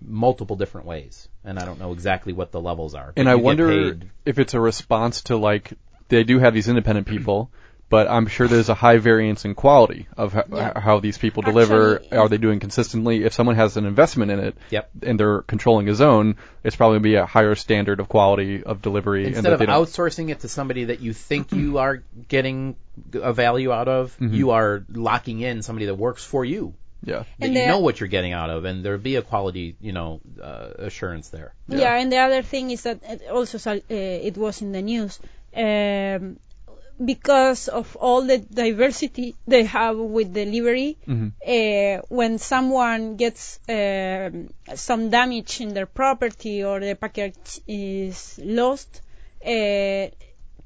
Speaker 5: multiple different ways, and I don't know exactly what the levels are. but
Speaker 3: and I
Speaker 5: you get
Speaker 3: wonder
Speaker 5: paid-
Speaker 3: if it's a response to like they do have these independent people, but I'm sure there's a high variance in quality of ho-
Speaker 6: Yeah.
Speaker 3: how these people deliver.
Speaker 6: Actually-
Speaker 3: Are they doing consistently? If someone has an investment in it,
Speaker 5: Yep.
Speaker 3: and they're controlling a zone, it's probably gonna be a higher standard of quality of delivery. and
Speaker 5: instead
Speaker 3: that
Speaker 5: of
Speaker 3: they don't- Mm-hmm.
Speaker 5: outsourcing it to somebody that you think you are getting a value out of, you are locking in somebody that works for you.
Speaker 3: yeah,
Speaker 5: That
Speaker 6: And
Speaker 5: you
Speaker 6: the-
Speaker 5: know what you're getting out of, and there'd be a quality, you know, uh, assurance there.
Speaker 6: Yeah. and the other thing is that it also sal- uh, it was in the news um, because of all the diversity they have with delivery.
Speaker 3: Mm-hmm.
Speaker 6: Uh, when someone gets um, some damage in their property or the package is lost, uh,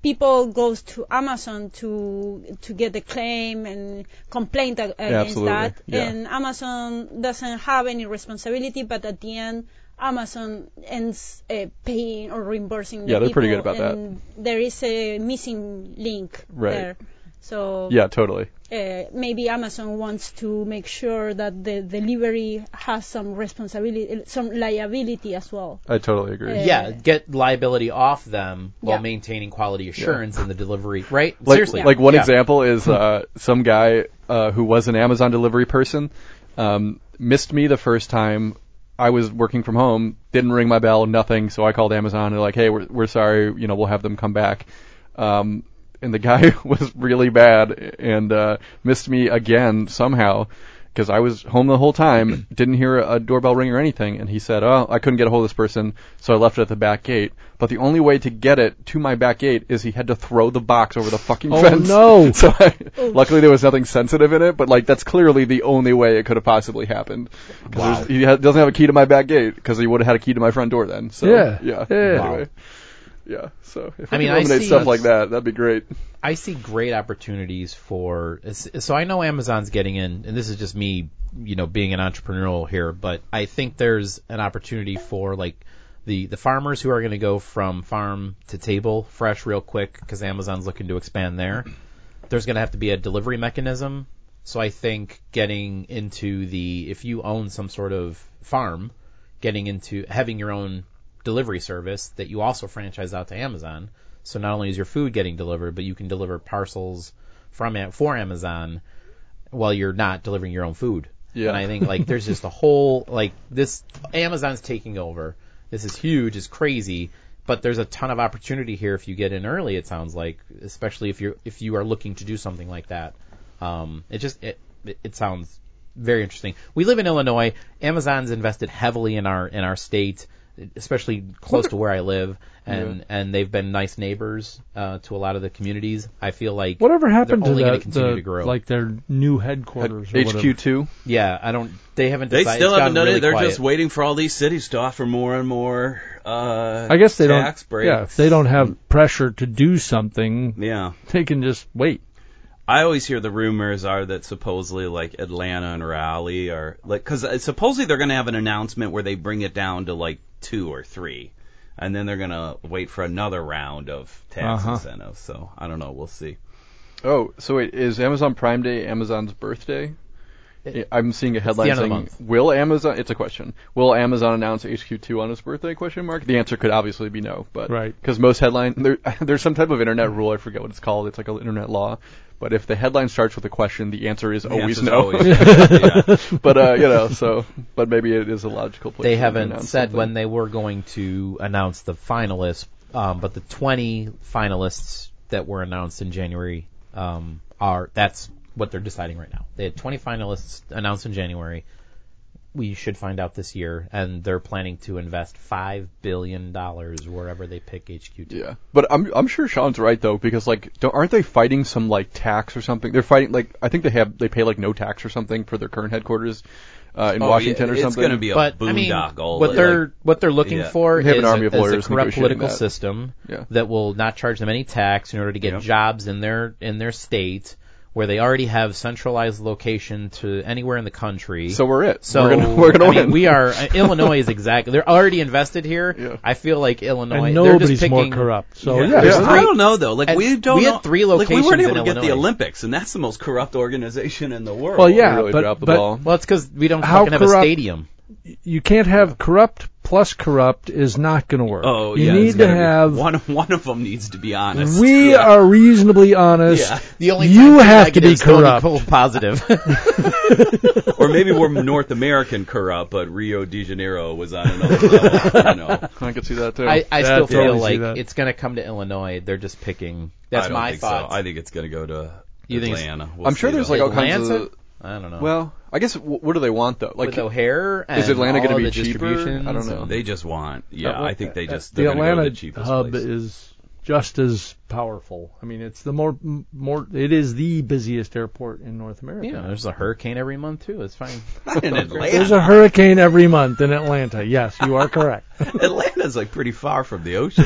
Speaker 6: people goes to Amazon to to get the claim and complaint ag- against
Speaker 3: Absolutely,
Speaker 6: that.
Speaker 3: yeah.
Speaker 6: And Amazon doesn't have any responsibility, but at the end, Amazon ends uh, paying or reimbursing. The
Speaker 3: Yeah, they're pretty good
Speaker 6: people,
Speaker 3: about that.
Speaker 6: and There is a missing link
Speaker 3: Right.
Speaker 6: there. So
Speaker 3: yeah, totally.
Speaker 6: uh, maybe Amazon wants to make sure that the delivery has some responsibility, some liability as well.
Speaker 3: I totally agree.
Speaker 6: Yeah.
Speaker 5: Yeah, get liability off them while
Speaker 6: Yeah.
Speaker 5: maintaining quality assurance in the delivery. Right?
Speaker 3: Like,
Speaker 5: Seriously.
Speaker 3: like one
Speaker 5: Yeah.
Speaker 3: example is uh, some guy uh, who was an Amazon delivery person um, missed me the first time. I was working from home, didn't ring my bell, nothing. So I called Amazon and they're like, "Hey, we're, we're sorry. You know, we'll have them come back." Um, and the guy was really bad and uh, missed me again somehow because I was home the whole time, didn't hear a doorbell ring or anything, and he said, "Oh, I couldn't get a hold of this person, so I left it at the back gate." But the only way to get it to my back gate is he had to throw the box over the fucking
Speaker 2: Oh,
Speaker 3: fence.
Speaker 2: no.
Speaker 3: So I,
Speaker 5: Oh.
Speaker 3: luckily there was nothing sensitive in it, but like that's clearly the only way it could have possibly happened. 'Cause there's- He ha- doesn't have a key to my back gate because he would have had a key to my front door then. So
Speaker 2: Yeah.
Speaker 3: yeah,
Speaker 2: Yeah.
Speaker 3: Anyway. Yeah, so if we
Speaker 5: I mean,
Speaker 3: could
Speaker 5: I
Speaker 3: eliminate
Speaker 5: see-
Speaker 3: stuff like that, that'd be great.
Speaker 5: I see great opportunities for. So I know Amazon's getting in, and this is just me, you know, being an entrepreneurial here, but I think there's an opportunity for like the the farmers who are going to go from farm to table fresh real quick because Amazon's looking to expand there. There's going to have to be a delivery mechanism. So I think getting into the if you own some sort of farm, getting into having your own delivery service that you also franchise out to Amazon. So not only is your food getting delivered, but you can deliver parcels from Am- for Amazon while you're not delivering your own food.
Speaker 3: Yeah.
Speaker 5: And I think like there's just a whole like this Amazon's taking over. This is huge, it's crazy, but there's a ton of opportunity here if you get in early. It sounds like, especially if you're if you are looking to do something like that. Um, it just it it- it sounds very interesting. We live in Illinois. Amazon's invested heavily in our in our state, especially close to where I live, and and they've been nice neighbors uh, to a lot of the communities. I feel like
Speaker 2: Whatever happened
Speaker 5: they're only
Speaker 2: to
Speaker 5: going
Speaker 2: that?
Speaker 5: to continue
Speaker 2: the-
Speaker 5: to grow.
Speaker 2: Like their new headquarters. or whatever.
Speaker 3: HQ two.
Speaker 5: yeah, I don't. They haven't.
Speaker 4: They
Speaker 5: Decided. it's
Speaker 4: still
Speaker 5: gotten
Speaker 4: haven't done
Speaker 5: really
Speaker 4: it. They're
Speaker 5: quiet.
Speaker 4: just waiting for all these cities to offer more and more. Uh,
Speaker 2: I guess they
Speaker 4: tax
Speaker 2: don't.
Speaker 4: breaks.
Speaker 2: Yeah, if they don't have pressure to do something,
Speaker 4: Yeah.
Speaker 2: they can just wait.
Speaker 4: I always hear the rumors are that supposedly like Atlanta and Raleigh are like because supposedly they're going to have an announcement where they bring it down to like two or three, and then they're going to wait for another round of tax
Speaker 2: Uh-huh.
Speaker 4: incentives. So I don't know. We'll see.
Speaker 3: Oh, so wait, is Amazon Prime Day Amazon's birthday? I- I'm seeing a headline
Speaker 5: end of the
Speaker 3: saying,
Speaker 5: month.
Speaker 3: "Will Amazon?" It's a question. Will Amazon announce HQ2 on its birthday? Question mark. The answer could obviously be no, but
Speaker 2: Right.
Speaker 3: because most headline there, there's some type of internet rule. I forget what it's called. It's like an internet law. But if the headline starts with a question, the answer is
Speaker 4: The
Speaker 3: always
Speaker 4: answer's
Speaker 3: no.
Speaker 4: always- yeah.
Speaker 3: but uh, you know, so but maybe it is a logical place.
Speaker 5: They
Speaker 3: to
Speaker 5: haven't
Speaker 3: announce
Speaker 5: said
Speaker 3: something.
Speaker 5: when they were going to announce the finalists, um, but the 20 finalists that were announced in January um, are that's what they're deciding right now. They had 20 finalists announced in January. We should find out this year, and they're planning to invest five billion dollars wherever they pick HQ. to.
Speaker 3: Yeah, but I'm I'm sure Sean's right though because like don't, aren't they fighting some like tax or something? They're fighting like I think they have they pay like no tax or something for their current headquarters uh, in
Speaker 4: Oh,
Speaker 3: Washington
Speaker 4: yeah,
Speaker 3: or something.
Speaker 4: It's going to be a
Speaker 5: But I mean,
Speaker 4: boondock. all
Speaker 5: what
Speaker 4: the-
Speaker 5: they're what they're looking
Speaker 4: yeah.
Speaker 5: for
Speaker 3: They have
Speaker 5: is,
Speaker 3: an army
Speaker 5: a,
Speaker 3: of
Speaker 5: is a
Speaker 3: lawyers
Speaker 5: corrupt
Speaker 3: negotiating
Speaker 5: political
Speaker 3: that.
Speaker 5: system
Speaker 3: Yeah.
Speaker 5: that will not charge them any tax in order to get
Speaker 4: Yep.
Speaker 5: jobs in their in their state where they already have centralized location to anywhere in the country.
Speaker 3: So we're it.
Speaker 5: So
Speaker 3: we're gonna we're gonna
Speaker 5: I mean,
Speaker 3: win.
Speaker 5: we are uh, Illinois is exactly they're already invested here.
Speaker 3: Yeah.
Speaker 5: I feel like Illinois
Speaker 2: and
Speaker 5: they're just
Speaker 2: nobody's
Speaker 5: picking
Speaker 2: more corrupt. So
Speaker 3: Yeah.
Speaker 2: yeah,
Speaker 3: There's
Speaker 1: I don't know though. Like
Speaker 5: and
Speaker 1: we don't.
Speaker 5: we had
Speaker 1: know-
Speaker 5: three
Speaker 1: Like, we weren't
Speaker 5: locations
Speaker 1: able
Speaker 5: in
Speaker 1: to get the
Speaker 5: Illinois.
Speaker 1: Olympics, and that's the most corrupt organization in the world.
Speaker 2: well, yeah,
Speaker 3: really
Speaker 2: but,
Speaker 3: dropped the
Speaker 2: but
Speaker 3: ball.
Speaker 5: Well, it's because we don't
Speaker 2: How
Speaker 5: fucking have a
Speaker 2: corrupt-
Speaker 5: stadium.
Speaker 2: you can't have corrupt plus corrupt is not going to work.
Speaker 1: Oh
Speaker 2: you
Speaker 1: yeah. it's
Speaker 2: need to
Speaker 1: gotta be-
Speaker 2: have.
Speaker 1: one. One of them needs to be honest.
Speaker 2: we
Speaker 1: Yeah.
Speaker 2: are reasonably honest.
Speaker 1: Yeah.
Speaker 5: The only
Speaker 2: You
Speaker 5: time two
Speaker 2: have to be
Speaker 5: negatives, Tony
Speaker 2: corrupt.
Speaker 5: Cole positive.
Speaker 1: or maybe we're North American corrupt, but Rio de Janeiro was on another level. You know.
Speaker 3: I could see that too.
Speaker 5: I, I still
Speaker 2: That- yeah.
Speaker 5: feel
Speaker 2: Totally see
Speaker 5: like
Speaker 2: that.
Speaker 5: it's going to come to Illinois. They're just picking. That's
Speaker 1: I don't
Speaker 5: my
Speaker 1: think
Speaker 5: thoughts.
Speaker 1: So. I think it's going to go to
Speaker 5: You think it's-
Speaker 1: Atlanta. We'll
Speaker 3: I'm sure
Speaker 1: see,
Speaker 3: there's
Speaker 1: though.
Speaker 3: like all kinds
Speaker 5: Atlanta?
Speaker 3: of.
Speaker 5: I don't know.
Speaker 3: Well, I guess w- what do they want though? Like
Speaker 5: with O'Hare, and
Speaker 3: is Atlanta
Speaker 5: going to
Speaker 3: be cheaper? I don't know.
Speaker 1: They just want. Yeah,
Speaker 2: Uh,
Speaker 1: I think they
Speaker 2: uh,
Speaker 1: just
Speaker 2: the
Speaker 1: they're gonna
Speaker 2: Atlanta
Speaker 1: go to the cheapest
Speaker 2: hub
Speaker 1: place.
Speaker 2: is just as powerful. I mean, it's the more m- more it is the busiest airport in North America.
Speaker 5: Yeah, there's a hurricane every month too. It's fine.
Speaker 1: in
Speaker 2: There's
Speaker 1: Atlanta.
Speaker 2: a hurricane every month in Atlanta. Yes, you are correct.
Speaker 1: Atlanta's like pretty far from the ocean.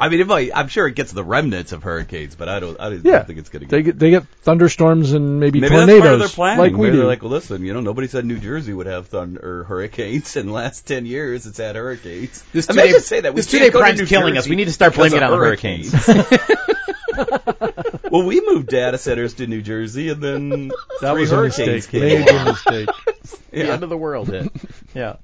Speaker 1: I mean, it might, I'm sure it gets the remnants of hurricanes, but I don't. I don't
Speaker 2: Yeah.
Speaker 1: think it's going to
Speaker 2: They get they get thunderstorms and maybe,
Speaker 1: Maybe
Speaker 2: tornadoes
Speaker 1: that's part of their planning.
Speaker 2: like we
Speaker 1: Maybe
Speaker 2: do.
Speaker 1: They're like, listen, you know, nobody said New Jersey would have thunder or hurricanes. In the last ten years, it's had hurricanes.
Speaker 5: This
Speaker 1: Imagine
Speaker 5: two-day-
Speaker 1: say that we
Speaker 5: this two-day
Speaker 1: can't go to
Speaker 5: prime's
Speaker 1: New
Speaker 5: killing us.
Speaker 1: Jersey
Speaker 5: We need to start
Speaker 1: because
Speaker 5: blaming
Speaker 1: of
Speaker 5: it on hurricanes.
Speaker 1: hurricanes. well, we moved data centers to New Jersey, and then
Speaker 2: that
Speaker 1: three
Speaker 2: was a
Speaker 1: hurricanes
Speaker 2: mistake.
Speaker 1: came.
Speaker 2: Major mistake.
Speaker 5: The end of the world. It. Yeah.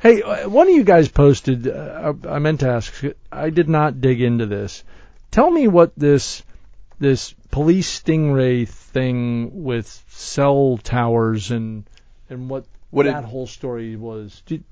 Speaker 2: Hey, uh, one of you guys posted. Uh, I I meant to ask. I did not dig into this. Tell me what this this police stingray thing with cell towers and and what,
Speaker 3: What
Speaker 2: that
Speaker 3: it-
Speaker 2: whole story was. Did,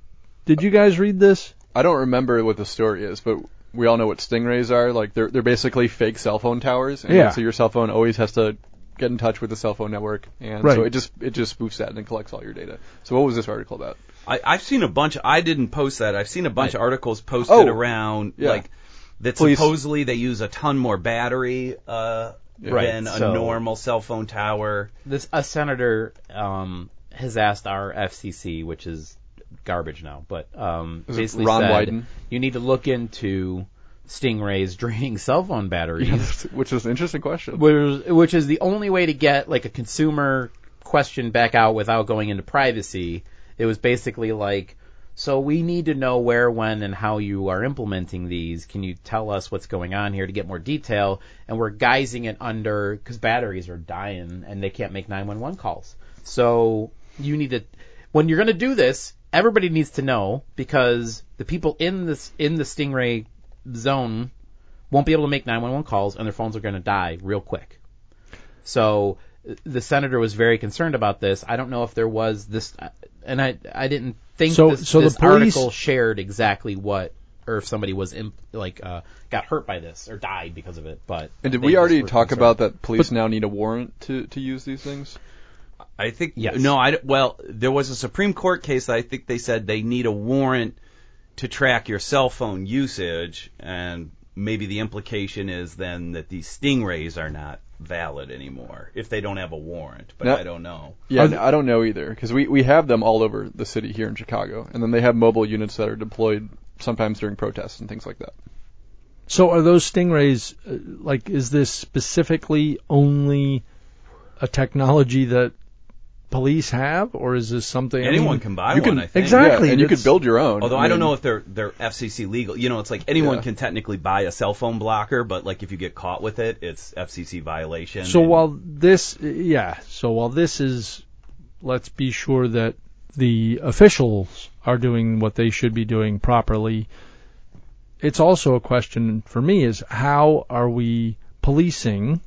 Speaker 2: did you guys read this?
Speaker 3: I don't remember what the story is, but we all know what stingrays are. Like they're they're basically fake cell phone towers. And
Speaker 2: Yeah.
Speaker 3: So your cell phone always has to get in touch with the cell phone network, and
Speaker 2: Right.
Speaker 3: so it just it just spoofs that and collects all your data. So what was this article about?
Speaker 1: I, I've seen a bunch. I didn't post that. I've seen a bunch of articles posted
Speaker 3: Oh.
Speaker 1: around
Speaker 3: Yeah.
Speaker 1: like that.
Speaker 3: Please.
Speaker 1: Supposedly they use a ton more battery uh,
Speaker 5: Right,
Speaker 1: than a
Speaker 5: so-
Speaker 1: normal cell phone tower.
Speaker 5: This a senator um, has asked our FCC, which is garbage now, but um,
Speaker 3: Is it
Speaker 5: basically
Speaker 3: Ron
Speaker 5: said
Speaker 3: Wyden?
Speaker 5: you need to look into stingrays draining cell phone batteries.
Speaker 3: Which is an interesting question.
Speaker 5: which, which is the only way to get like a consumer question back out without going into privacy. It was basically like, so we need to know where, when, and how you are implementing these. Can you tell us what's going on here to get more detail? And we're guising it under because batteries are dying and they can't make 911 calls. So you need to, when you're going to do this, everybody needs to know because the people in this in the Stingray zone won't be able to make 911 calls and their phones are going to die real quick. So uh, the senator was very concerned about this. I don't know if there was this, uh, and I I didn't think
Speaker 2: So-
Speaker 5: this,
Speaker 2: so the
Speaker 5: this
Speaker 2: police-
Speaker 5: article shared exactly what or if somebody was imp, like uh, got hurt by this or died because of it. But
Speaker 3: and did
Speaker 5: they
Speaker 3: we
Speaker 5: just
Speaker 3: already
Speaker 5: were
Speaker 3: talk
Speaker 5: concerned.
Speaker 3: about that police now need a warrant to, to use these things?
Speaker 1: I think
Speaker 5: Yes.
Speaker 1: no. I well, there was a Supreme Court case that I think they said they need a warrant to track your cell phone usage, and maybe the implication is then that these stingrays are not valid anymore if they don't have a warrant. But
Speaker 3: No.
Speaker 1: I don't know.
Speaker 3: Yeah, I don't know either because we, we have them all over the city here in Chicago, and then they have mobile units that are deployed sometimes during protests and things like that.
Speaker 2: So are those stingrays uh, like? Is this specifically only a technology that police have, or is this something I
Speaker 1: Anyone
Speaker 2: mean,
Speaker 1: can buy
Speaker 3: you
Speaker 1: one.
Speaker 3: can-
Speaker 1: I think.
Speaker 2: exactly.
Speaker 3: Yeah, and you could
Speaker 2: that's-
Speaker 3: build your own.
Speaker 1: Although I, don't
Speaker 3: mean,
Speaker 1: know if they're they're FCC legal. You know, it's like anyone
Speaker 3: Yeah.
Speaker 1: can technically buy a cell phone blocker, but like if you get caught with it, it's FCC violation.
Speaker 2: So
Speaker 1: and-
Speaker 2: while this, yeah, so while this is, let's be sure that the officials are doing what they should be doing properly. It's also a question for me is how are we policing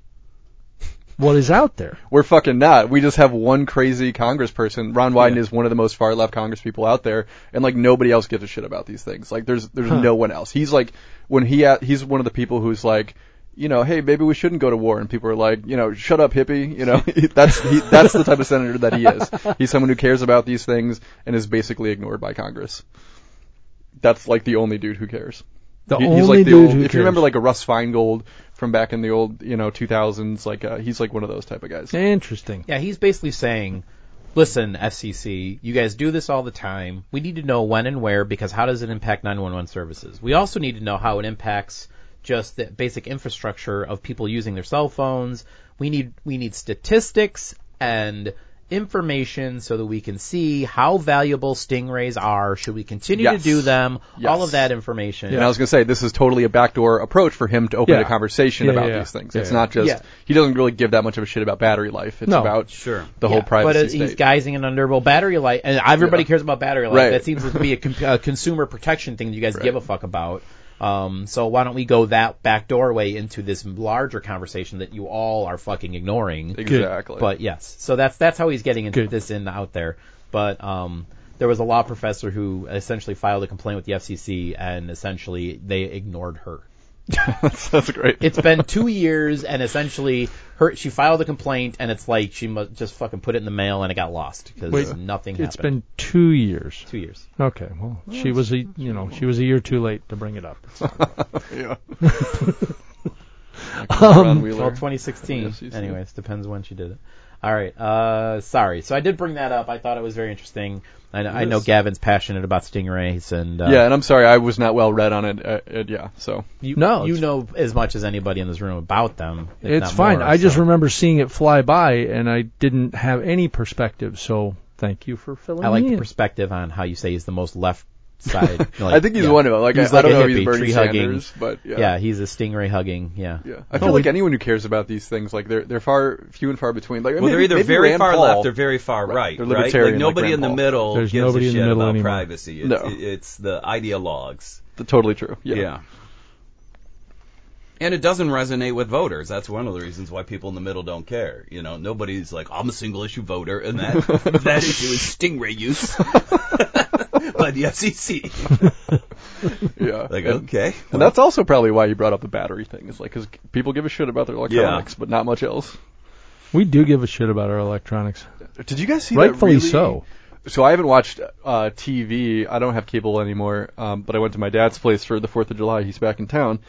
Speaker 2: what is out there?
Speaker 3: We're fucking not. We just have one crazy congressperson. Ron Wyden is one of the most far left congress people out there, and like nobody else gives a shit about these things. Like there's there's no one else. He's like when he at, he's one of the people who's like, you know, hey, maybe we shouldn't go to war, and people are like, you know, shut up, hippie. You know, that's he, that's the type of senator that he is. He's someone who cares about these things and is basically ignored by Congress. That's like the only dude who cares.
Speaker 2: The
Speaker 3: He-
Speaker 2: only
Speaker 3: he's like the
Speaker 2: dude
Speaker 3: old,
Speaker 2: who
Speaker 3: if you
Speaker 2: cares.
Speaker 3: remember like a Russ Feingold from back in the old, you know, 2000s, like uh, he's like one of those type of guys.
Speaker 2: Interesting.
Speaker 5: Yeah, he's basically saying, listen, FCC, you guys do this all the time. We need to know when and where because how does it impact 911 services? We also need to know how it impacts just the basic infrastructure of people using their cell phones. We need we need statistics and information so that we can see how valuable stingrays are. Should we continue
Speaker 3: Yes.
Speaker 5: to do them?
Speaker 3: Yes.
Speaker 5: All of that information.
Speaker 3: And I was going to say, this is totally a backdoor approach for him to open
Speaker 2: Yeah.
Speaker 3: a conversation
Speaker 2: Yeah,
Speaker 3: about
Speaker 2: yeah,
Speaker 3: these things.
Speaker 2: yeah.
Speaker 3: it's not just
Speaker 5: Yeah.
Speaker 3: he doesn't really give that much of a shit about battery life. It's
Speaker 2: No.
Speaker 3: about
Speaker 4: Sure.
Speaker 3: the whole
Speaker 5: Yeah,
Speaker 3: privacy
Speaker 5: But it-
Speaker 3: state.
Speaker 5: he's guising an under well battery life, and everybody cares about battery life.
Speaker 3: Right.
Speaker 5: That seems to be a, com- a consumer protection thing that you guys
Speaker 3: Right.
Speaker 5: give a fuck about. Um, so why don't we go that back doorway into this larger conversation that you all are fucking ignoring?
Speaker 3: exactly.
Speaker 5: But yes, so that's that's how he's getting into
Speaker 2: Good.
Speaker 5: this in out there. But um, there was a law professor who essentially filed a complaint with the FCC, and essentially they ignored her.
Speaker 3: that's, that's great.
Speaker 5: It's been two years, and essentially her she filed a complaint, and it's like she must just fucking put it in the mail, and it got lost because
Speaker 2: Wait,
Speaker 5: nothing
Speaker 2: It's been
Speaker 5: happened.
Speaker 2: two years.
Speaker 5: two years.
Speaker 2: Okay, well, she was a you know she was a year too late to bring it up.
Speaker 3: yeah.
Speaker 2: Um,
Speaker 5: Well, 2016.
Speaker 3: FCC.
Speaker 5: Anyways, depends when she did it. All right. Uh, sorry. So I did bring that up. I thought it was very interesting. I know, I know Gavin's passionate about stingrays, and uh,
Speaker 3: yeah, and I'm sorry, I was not well read on it. Uh, it yeah, so
Speaker 5: you,
Speaker 2: No,
Speaker 5: you
Speaker 2: it's-
Speaker 5: know as much as anybody in this room about them. if
Speaker 2: It's
Speaker 5: not
Speaker 2: fine.
Speaker 5: more,
Speaker 2: I just
Speaker 5: so.
Speaker 2: remember seeing it fly by, and I didn't have any perspective. So thank you for filling
Speaker 5: I like
Speaker 2: me
Speaker 5: the
Speaker 2: in.
Speaker 5: perspective on how you say he's the most left side. like,
Speaker 3: I think he's
Speaker 5: yeah.
Speaker 3: one of them. Like,
Speaker 5: He's
Speaker 3: I, I
Speaker 5: like
Speaker 3: don't
Speaker 5: a
Speaker 3: know if
Speaker 5: hippie,
Speaker 3: he's Bernie
Speaker 5: tree hugging.
Speaker 3: Sanders, but yeah.
Speaker 5: Yeah. he's a stingray hugging. Yeah.
Speaker 3: Yeah. I feel like anyone who cares about these things, like they're they're far few and far between. Like
Speaker 4: Well, they're
Speaker 3: maybe-
Speaker 4: either
Speaker 3: maybe
Speaker 4: very
Speaker 3: Rand
Speaker 4: far
Speaker 3: Paul-
Speaker 4: left or very far right.
Speaker 3: They're
Speaker 4: right?
Speaker 3: libertarian,
Speaker 4: Like
Speaker 3: like
Speaker 4: nobody
Speaker 3: Rand
Speaker 4: in the
Speaker 3: Paul.
Speaker 4: middle
Speaker 2: There's
Speaker 4: gives
Speaker 2: nobody
Speaker 4: a
Speaker 2: in the
Speaker 4: shit
Speaker 2: middle
Speaker 4: about
Speaker 2: anymore.
Speaker 4: privacy. It's,
Speaker 3: No.
Speaker 4: it's the ideologues.
Speaker 3: Totally true. Yeah.
Speaker 4: Yeah. And it doesn't resonate with voters. That's one of the reasons why people in the middle don't care. You know, nobody's like, I'm a single issue voter, and that that issue is stingray use by the FCC.
Speaker 3: Yeah.
Speaker 4: Like,
Speaker 3: And-
Speaker 4: okay,
Speaker 3: And that's also probably why you brought up the battery thing. Is like because people give a shit about their electronics, but not much else.
Speaker 2: We do give a shit about our electronics,
Speaker 3: Did you guys see that?
Speaker 2: rightfully
Speaker 3: really-
Speaker 2: so.
Speaker 3: So I haven't watched uh, TV. I don't have cable anymore. Um, but I went to my dad's place for the Fourth of July. He's back in town.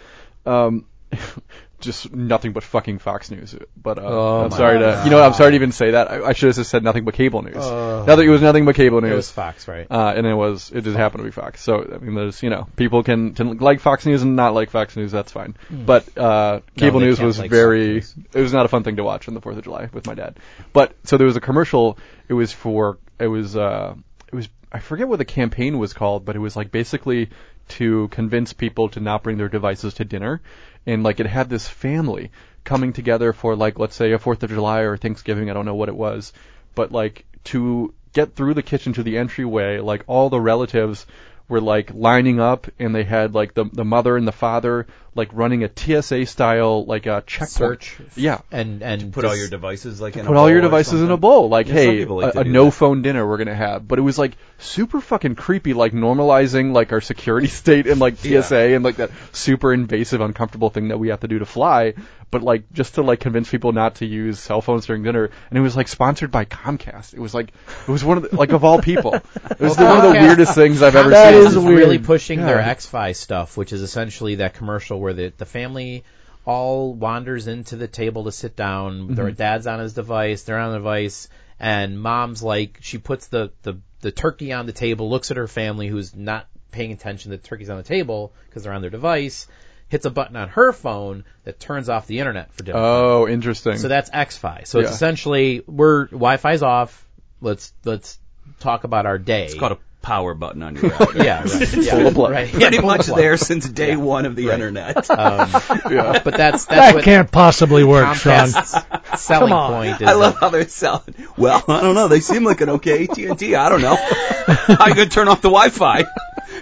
Speaker 3: Um, just nothing but fucking Fox News. But uh,
Speaker 2: Oh
Speaker 3: I'm
Speaker 5: my
Speaker 3: sorry to, you know, what, I'm sorry to even say that. I, I should have just said nothing but cable news.
Speaker 2: Oh.
Speaker 3: nothing. It was nothing but cable news.
Speaker 5: It was Fox, right?
Speaker 3: Uh, and it was it just happened to be Fox. So I mean, there's you know people can, can like Fox News and not like Fox News. That's fine. But uh, cable
Speaker 5: Hmm. they
Speaker 3: news
Speaker 5: can't
Speaker 3: was
Speaker 5: like
Speaker 3: very
Speaker 5: Fox
Speaker 3: it was not a fun thing to watch on the Fourth of July with my dad. But so there was a commercial. It was for it was uh, it was I forget what the campaign was called, but it was like basically to convince people to not bring their devices to dinner, and like it had this family coming together for like let's say a Fourth of July or Thanksgiving. I don't know what it was, but like to get through the kitchen to the entryway, like all the relatives were like lining up and they had like the the mother and the father like running a TSA style like a checkpoint.
Speaker 5: Search.
Speaker 3: Yeah.
Speaker 5: And and
Speaker 4: put all
Speaker 5: just-
Speaker 4: your devices like in a
Speaker 3: Put all your
Speaker 4: bowl or
Speaker 3: devices in a
Speaker 4: something.
Speaker 3: bowl. Like,
Speaker 4: Yeah, some
Speaker 3: hey,
Speaker 4: people like
Speaker 3: a,
Speaker 4: to
Speaker 3: a
Speaker 4: do
Speaker 3: no
Speaker 4: that.
Speaker 3: phone dinner we're gonna have. But it was like super fucking creepy, like normalizing like our security state and like
Speaker 4: Yeah.
Speaker 3: TSA and like that super invasive, uncomfortable thing that we have to do to fly. But like just to like convince people not to use cell phones during dinner. And it was like sponsored by Comcast. It was like it was one of the, like of all people. It was one of the
Speaker 5: Comcast-
Speaker 3: weirdest things I've ever
Speaker 5: That
Speaker 3: seen.
Speaker 5: is really pushing their
Speaker 3: Yeah.
Speaker 5: X Fi stuff, which is essentially that commercial where the the family all wanders into the table to sit down.
Speaker 3: Mm-hmm.
Speaker 5: Their dad's on his device, they're on the device, and mom's like she puts the the the turkey on the table, looks at her family who's not paying attention that the turkey's on the table because they're on their device, hits a button on her phone that turns off the internet for dinner.
Speaker 3: Oh, interesting.
Speaker 5: So that's XFi. So
Speaker 3: Yeah.
Speaker 5: it's essentially we're Wi-Fi's off. Let's let's talk about our day.
Speaker 4: It's called a power button on your router.
Speaker 5: yeah, right. yeah,
Speaker 3: Pull the plug.
Speaker 5: right.
Speaker 4: Pretty
Speaker 5: Yeah, pull the
Speaker 4: much
Speaker 5: plug.
Speaker 4: there since day one of the internet.
Speaker 5: Um,
Speaker 3: Yeah.
Speaker 5: But that's that's
Speaker 2: That
Speaker 5: what
Speaker 2: can't possibly work, Sean.
Speaker 5: Comcast's selling
Speaker 2: Come on.
Speaker 5: point is.
Speaker 4: I love how they're selling. Well, I don't know. They seem like an okay AT&T. I don't know. How you gonna turn off the Wi-Fi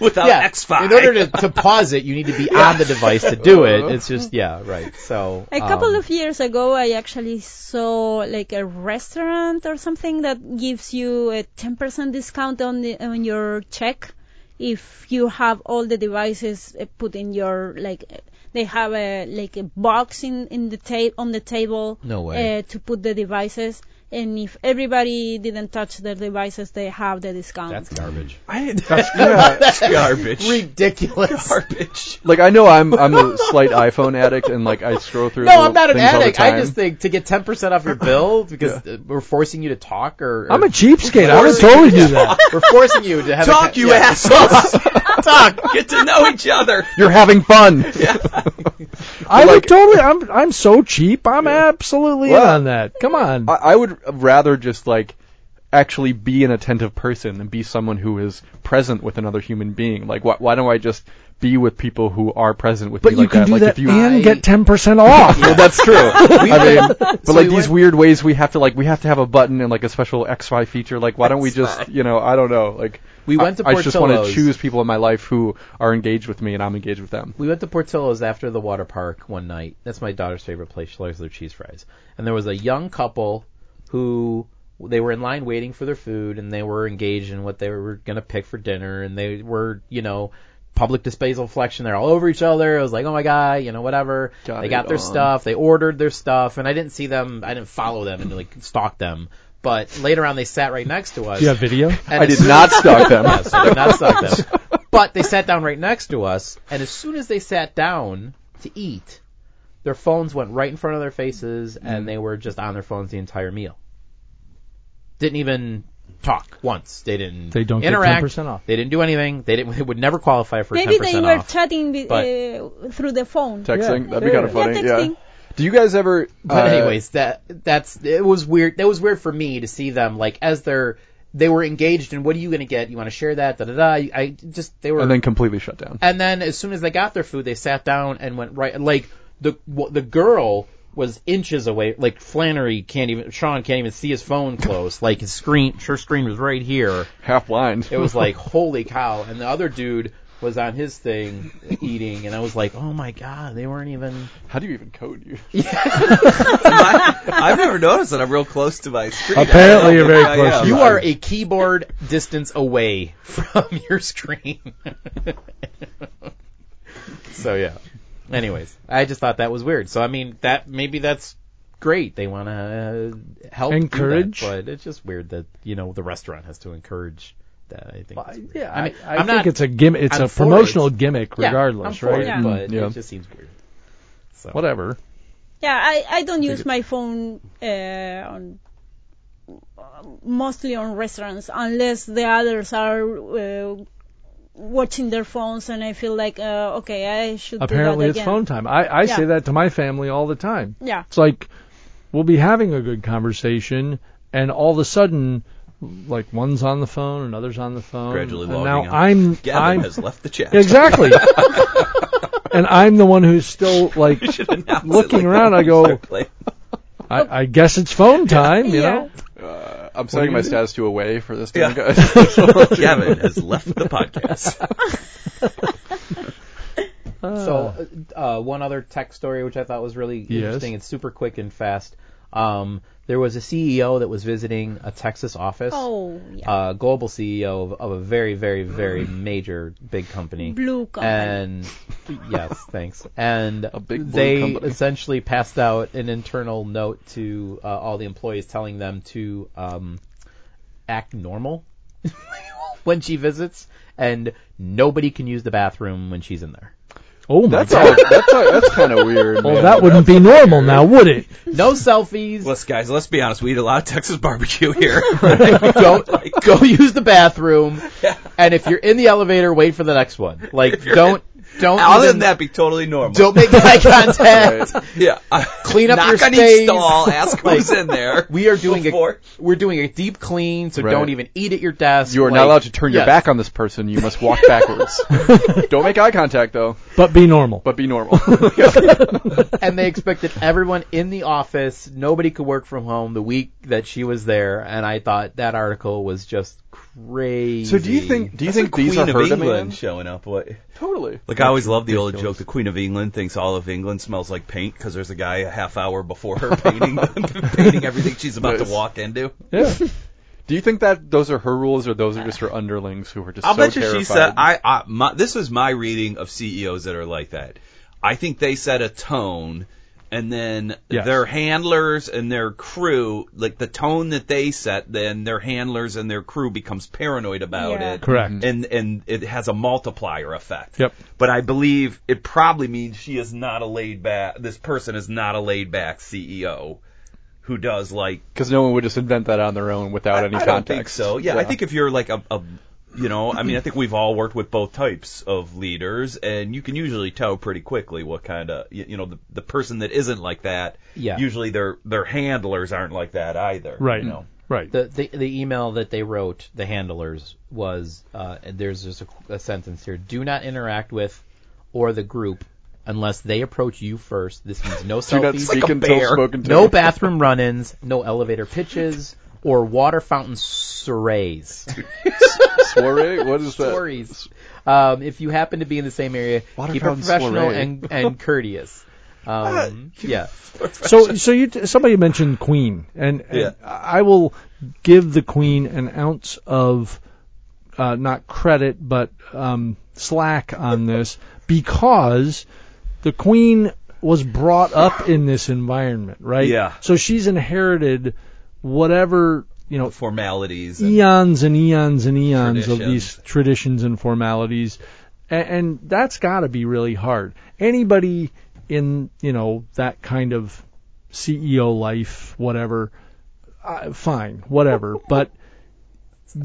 Speaker 4: without
Speaker 5: yeah,
Speaker 4: X5?
Speaker 5: in order to, to pause it, you need to be on the device to do it. It's just yeah, right. So
Speaker 6: A couple
Speaker 5: um,
Speaker 6: of years ago, I actually saw like a restaurant or something that gives you a 10% discount on the, on your check if you have all the devices uh, put in your like. uh, They have a like a box in in the ta- on the table
Speaker 5: No way.
Speaker 6: Uh, to put the devices, and if everybody didn't touch their devices, they have the discount.
Speaker 5: That's garbage.
Speaker 4: I, that's, that's garbage.
Speaker 5: Ridiculous.
Speaker 4: garbage.
Speaker 3: Like I know I'm I'm a slight iPhone addict, and like I scroll through.
Speaker 5: No, I'm not an
Speaker 3: things all the
Speaker 5: addict. I
Speaker 3: time.
Speaker 5: just think to get 10% off your bill because uh, we're forcing you to talk or, or
Speaker 2: I'm a cheapskate. I would totally do that.
Speaker 5: we're forcing you to have a
Speaker 4: Talk,
Speaker 5: ca-
Speaker 4: you
Speaker 5: yeah.
Speaker 4: assholes. Talk. Get to know each other.
Speaker 3: you're having fun.
Speaker 2: I
Speaker 3: Like-
Speaker 2: would totally. I'm I'm so cheap. I'm absolutely in
Speaker 3: Well,
Speaker 2: on that. Come on.
Speaker 3: I, I would rather just like actually be an attentive person and be someone who is present with another human being. Like why why don't I just be with people who are present with
Speaker 2: but
Speaker 3: me
Speaker 2: you
Speaker 3: like
Speaker 2: can
Speaker 3: that?
Speaker 2: do
Speaker 3: like
Speaker 2: that
Speaker 3: if you
Speaker 2: and
Speaker 5: I-
Speaker 2: get 10% off.
Speaker 3: well, that's true. I mean, but
Speaker 5: So
Speaker 3: like
Speaker 5: we
Speaker 3: these
Speaker 5: went-
Speaker 3: weird ways, we have to like we have to have a button and like a special XY feature. Like, why don't we just, you know, I don't know. Like,
Speaker 5: We went to
Speaker 3: I, I just want to
Speaker 5: Portillo's.
Speaker 3: choose people in my life who are engaged with me and I'm engaged with them.
Speaker 5: We went to Portillo's after the water park one night. That's my daughter's favorite place. She loves their cheese fries. And there was a young couple who they were in line waiting for their food and they were engaged in what they were going to pick for dinner and they were, you know, public displays of affection. They're all over each other. It was like, oh my God, you know, whatever.
Speaker 3: Got
Speaker 5: they
Speaker 3: it
Speaker 5: got their
Speaker 3: on.
Speaker 5: stuff. They ordered their stuff. And I didn't see them. I didn't follow them and like stalk them. But later on, they sat right next to us.
Speaker 2: Do you have video?
Speaker 5: And
Speaker 3: I
Speaker 5: as
Speaker 3: did
Speaker 5: soon-
Speaker 3: not stalk them.
Speaker 5: yeah, so they're not stuck there. But they sat down right next to us, and as soon as they sat down to eat, their phones went right in front of their faces,
Speaker 2: Mm-hmm.
Speaker 5: and they were just on their phones the entire meal. Didn't even talk once. They didn't.
Speaker 2: They don't get
Speaker 5: interact.
Speaker 2: 10% off.
Speaker 5: They didn't do anything. They didn't. They would never qualify for
Speaker 6: Maybe
Speaker 5: 10%
Speaker 6: they were
Speaker 5: off.
Speaker 6: chatting with,
Speaker 5: But-
Speaker 6: uh, through the phone.
Speaker 3: Texting,
Speaker 2: Yeah.
Speaker 3: that'd be kind
Speaker 2: Yeah,
Speaker 3: of funny. Yeah.
Speaker 6: texting.
Speaker 3: Do you guys ever?
Speaker 5: But
Speaker 3: uh,
Speaker 5: anyways, that that's it was weird. That was weird for me to see them like as they're they were engaged in what are you gonna get? You want to share that? Da da da. I- I just they were
Speaker 3: and then completely shut down.
Speaker 5: And then as soon as they got their food, they sat down and went right. Like the w- the girl was inches away. Like Flannery can't even Sean can't even see his phone close. like his screen, her screen was right here.
Speaker 3: Half blind.
Speaker 5: It was like holy cow. And the other dude was on his thing eating, and I was like, oh my god, they weren't even.
Speaker 3: How do you even code you?
Speaker 4: I've never noticed that I'm real close to my screen.
Speaker 2: Apparently you're very
Speaker 4: I
Speaker 2: close
Speaker 4: am.
Speaker 2: to
Speaker 5: You are a keyboard distance away from your screen. so yeah. Anyways, I just thought that was weird. So I mean, that maybe that's great. They want to uh, help do that,
Speaker 2: Encourage?
Speaker 5: but it's just weird that you know the restaurant has to encourage that. I think. it's weird.
Speaker 2: Yeah,
Speaker 5: I mean,
Speaker 2: I, I
Speaker 5: I'm
Speaker 2: think
Speaker 5: not-
Speaker 2: it's a gimmick. It's
Speaker 5: I'm
Speaker 2: a
Speaker 5: for it.
Speaker 2: promotional gimmick,
Speaker 5: Yeah, I'm
Speaker 2: regardless,
Speaker 5: for
Speaker 2: right? Mm,
Speaker 5: it,
Speaker 6: Yeah.
Speaker 5: But
Speaker 3: Yeah.
Speaker 5: it just seems weird. So.
Speaker 2: Whatever.
Speaker 6: Yeah, I, I don't use my phone uh, on mostly on restaurants unless the others are uh, watching their phones and I feel like uh, okay I should
Speaker 2: Apparently,
Speaker 6: do
Speaker 2: it's
Speaker 6: that again.
Speaker 2: phone time. I, I say
Speaker 6: Yeah.
Speaker 2: that to my family all the time.
Speaker 6: Yeah,
Speaker 2: It's like we'll be having a good conversation, and all of a sudden, like one's on the phone, another's on the phone.
Speaker 4: Gradually
Speaker 2: and
Speaker 4: logging
Speaker 2: now
Speaker 4: on.
Speaker 2: I'm
Speaker 4: Gavin
Speaker 2: I'm
Speaker 4: has left the chat.
Speaker 2: exactly, and I'm the one who's still like looking around. I go, I, I guess it's phone time. You
Speaker 6: yeah.
Speaker 2: know,
Speaker 3: Uh, I'm setting my status to away for this
Speaker 4: Yeah.
Speaker 3: time, guys.
Speaker 4: Gavin has left the podcast.
Speaker 5: So, uh, one other tech story which I thought was really
Speaker 2: Yes.
Speaker 5: interesting. It's super quick and fast. Um, there was a CEO that was visiting a Texas office.
Speaker 6: Oh, yeah.
Speaker 5: Uh, global CEO of, of a very, very, very major big company.
Speaker 6: Blue company.
Speaker 5: And yes, thanks. And
Speaker 3: big blue
Speaker 5: they
Speaker 3: company.
Speaker 5: essentially passed out an internal note to uh, all the employees telling them to um, act normal when she visits, and nobody can use the bathroom when she's in there.
Speaker 2: oh my
Speaker 3: that's
Speaker 2: god,
Speaker 3: all, that's all, that's kind of weird.
Speaker 2: well
Speaker 3: man.
Speaker 2: that wouldn't be normal now, would it?
Speaker 5: No selfies.
Speaker 4: Let's guys, let's be honest. We eat a lot of Texas barbecue here.
Speaker 5: go go use the bathroom. And if you're in the elevator, wait for the next one. Like don't don't
Speaker 4: Other
Speaker 5: even-
Speaker 4: than that, be totally normal.
Speaker 5: don't make eye contact.
Speaker 4: yeah,
Speaker 5: Clean up
Speaker 4: Knock
Speaker 5: your
Speaker 4: on
Speaker 5: space.
Speaker 4: each stall. Ask who's in there.
Speaker 5: We are doing a
Speaker 4: Before.
Speaker 5: we're doing a deep clean, so
Speaker 3: Right.
Speaker 5: don't even eat at your desk.
Speaker 3: You are
Speaker 5: Like,
Speaker 3: not allowed to turn your
Speaker 5: yes.
Speaker 3: back on this person. You must walk backwards. Don't make eye contact though,
Speaker 2: But be normal.
Speaker 3: but be normal.
Speaker 5: and they expected everyone in the office. Nobody could work from home the week that she was there, and I thought that article was just crazy.
Speaker 3: so do you think do you think
Speaker 4: Queen
Speaker 3: these are
Speaker 4: of
Speaker 3: her
Speaker 4: England
Speaker 3: demands?
Speaker 4: showing up. What?
Speaker 3: Totally.
Speaker 4: Like I always love the old joke. The Queen of England thinks all of England smells like paint because there's a guy a half hour before her painting painting everything she's about
Speaker 3: Nice.
Speaker 4: to walk into.
Speaker 2: Yeah.
Speaker 3: Do you think that those are her rules or those are just her underlings who are just
Speaker 4: I'll
Speaker 3: so
Speaker 4: bet you
Speaker 3: terrified?
Speaker 4: she said. I, I
Speaker 1: E
Speaker 4: my, this is my reading of CEOs that are like that. I think they set a tone
Speaker 1: and then
Speaker 2: Yes.
Speaker 1: their handlers and their crew, like the tone that they set, then their handlers and their crew becomes paranoid about
Speaker 6: Yeah.
Speaker 1: it.
Speaker 2: Correct.
Speaker 1: And and it has a multiplier effect.
Speaker 2: Yep.
Speaker 1: But I believe it probably means she is not a laid back. This person is not a laid back CEO who does like
Speaker 3: Because no one would just invent that on their own without any
Speaker 1: I
Speaker 3: context.
Speaker 1: don't think so. Yeah, I think if you're like a, a, you know, I mean, I think we've all worked with both types of leaders, and you can usually tell pretty quickly what kind of, you, you know, the, the person that isn't like that.
Speaker 5: Yeah.
Speaker 1: Usually their their handlers aren't like that either.
Speaker 2: Right.
Speaker 1: You know?
Speaker 2: Right.
Speaker 5: The, the the email that they wrote the handlers was uh, there's just a, a sentence here do not interact with or the group unless they approach you first this means no
Speaker 3: Do not
Speaker 5: selfies
Speaker 3: speak until spoken to.
Speaker 5: no bathroom run-ins no elevator pitches or water fountain soirees
Speaker 3: Soiree? What is that?
Speaker 5: stories. Um, if you happen to be in the same area,
Speaker 3: Water
Speaker 5: keep it
Speaker 3: fountain
Speaker 5: professional
Speaker 3: soiree.
Speaker 5: and, and courteous. Um, yeah.
Speaker 2: So, so you t- somebody mentioned Queen, and, and
Speaker 1: Yeah.
Speaker 2: I will give the Queen an ounce of uh, not credit but um, slack on this because the Queen was brought up in this environment, right?
Speaker 1: Yeah.
Speaker 2: So she's inherited whatever you know
Speaker 1: Formalities. And,
Speaker 2: eons and eons and eons of
Speaker 1: Traditions.
Speaker 2: these traditions and formalities, and, and that's got to be really hard. Anybody in you know that kind of CEO life, whatever, uh, fine, whatever. but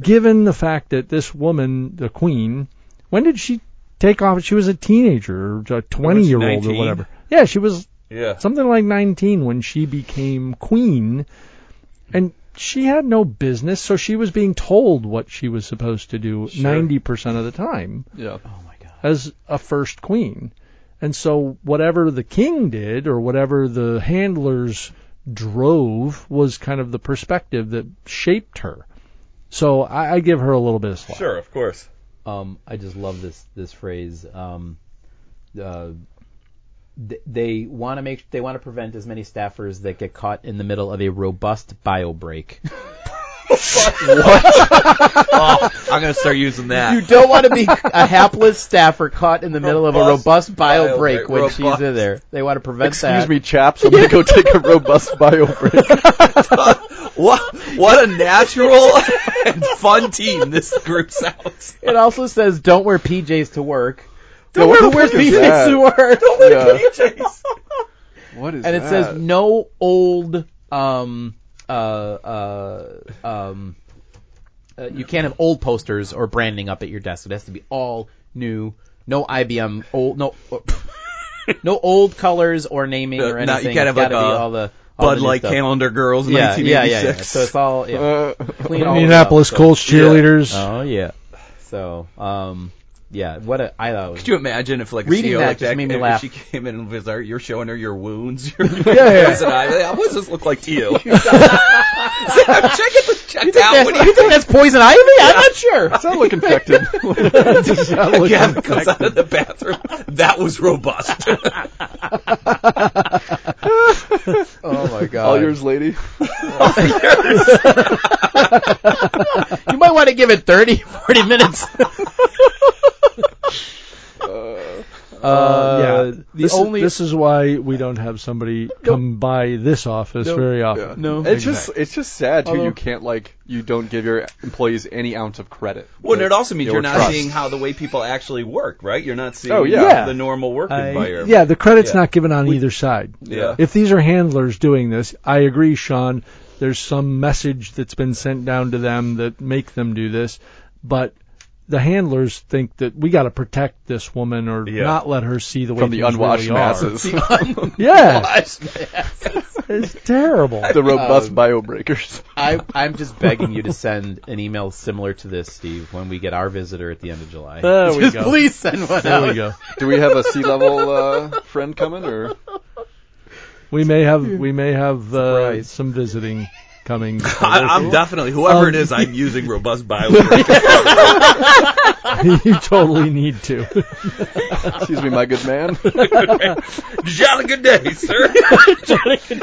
Speaker 2: given the fact that this woman, the queen, when did she take off? She was a teenager, or a twenty-year-old, or
Speaker 1: 19?
Speaker 2: whatever. Yeah, she was
Speaker 1: yeah.
Speaker 2: something like 19 when she became queen and she had no business so she was being told what she was supposed to do 90% of the time
Speaker 3: Yeah.
Speaker 2: as a first queen and so whatever the king did or whatever the handlers drove was kind of the perspective that shaped her so i, I give her a little bit of slack
Speaker 1: Sure, of course.
Speaker 5: Um, I just love this this phrase. Um, uh, th- they want to make they want to prevent as many staffers that get caught in the middle of a robust bio break.
Speaker 1: I'm gonna start using
Speaker 5: you
Speaker 1: that.
Speaker 5: don't want to be a hapless staffer caught in the middle of a
Speaker 1: Robust
Speaker 5: robust bio,
Speaker 1: bio
Speaker 5: break
Speaker 1: break,
Speaker 5: when she's
Speaker 1: robust.
Speaker 5: in there. They want to prevent that.
Speaker 3: Excuse me, chaps. I'm gonna go take a robust bio break.
Speaker 1: what what a natural and fun team this group sounds.
Speaker 5: It also says don't wear PJs to work.
Speaker 3: Yo, what
Speaker 5: Who
Speaker 3: the
Speaker 5: wears
Speaker 3: fuck is
Speaker 5: PJs
Speaker 3: that?
Speaker 5: to work?
Speaker 3: Yeah.
Speaker 1: Jeez.
Speaker 3: What is
Speaker 5: and it
Speaker 3: that?
Speaker 5: says no old um uh uh um uh, you can't have old posters or branding up at your desk. It has to be all new. No IBM old no no old colors or naming
Speaker 1: Uh,
Speaker 5: or anything.
Speaker 1: no, you can't have,
Speaker 5: it's gotta
Speaker 1: like,
Speaker 5: be
Speaker 1: uh,
Speaker 5: all the all
Speaker 1: Bud
Speaker 5: the new
Speaker 1: Light
Speaker 5: stuff.
Speaker 1: Calendar Girls,
Speaker 5: Yeah, yeah, yeah,
Speaker 1: 1986.
Speaker 5: yeah. So it's all yeah,
Speaker 3: Uh,
Speaker 5: clean all of it up.
Speaker 2: indianapolis colts cheerleaders
Speaker 5: Oh yeah. So um yeah, what a I thought it was
Speaker 1: Could you imagine if like a
Speaker 5: Reading
Speaker 1: CEO
Speaker 5: that
Speaker 1: like
Speaker 5: just
Speaker 1: that
Speaker 5: made me
Speaker 1: if
Speaker 5: laugh.
Speaker 1: She came in and was like, "You're showing her your wounds." Your yeah, What does this look like to you? Check it. the- Checked out. What do you
Speaker 5: think that's poison ivy? I'm not sure.
Speaker 3: Does that look infected?
Speaker 1: think? Gavin comes out of the bathroom. That was robust.
Speaker 5: Oh my god.
Speaker 3: All yours, lady.
Speaker 5: You might want to give it 30, 40 minutes.
Speaker 2: yeah,
Speaker 5: Uh, the
Speaker 2: this,
Speaker 5: only
Speaker 2: is, this is why we don't have somebody come by this office very often.
Speaker 3: No, it's just it's just sad too.
Speaker 5: Although-
Speaker 3: you can't like you don't give your employees any ounce of credit.
Speaker 1: well, and it also means
Speaker 3: Your
Speaker 1: you're not
Speaker 3: trust.
Speaker 1: seeing how the way people actually work, right? You're not seeing
Speaker 3: Oh, yeah.
Speaker 2: Yeah.
Speaker 1: the normal work environment.
Speaker 2: yeah, the credit's
Speaker 1: Yeah.
Speaker 2: not given on either side.
Speaker 1: Yeah.
Speaker 2: If these are handlers doing this, I agree, Sean. There's some message that's been sent down to them that make them do this, but the handlers think that we got to protect this woman or
Speaker 1: Yeah.
Speaker 2: not let her see the way
Speaker 3: from the
Speaker 2: things
Speaker 3: unwashed
Speaker 2: really are.
Speaker 3: masses,
Speaker 2: Yeah, it's terrible.
Speaker 3: the robust bio breakers.
Speaker 5: I, I'm just begging you to send an email similar to this, Steve, when we get our visitor at the end of July.
Speaker 2: There we
Speaker 5: just
Speaker 2: go.
Speaker 5: please send one
Speaker 2: There
Speaker 5: out.
Speaker 2: we go.
Speaker 3: Do we have a sea level uh, friend coming or?
Speaker 2: We may have we may have uh,
Speaker 5: Surprise.
Speaker 2: some visiting coming.
Speaker 1: I, I'm definitely whoever it is. I'm using robust bio.
Speaker 2: you totally need to.
Speaker 3: Excuse me, my good man.
Speaker 1: Jolly good day, sir.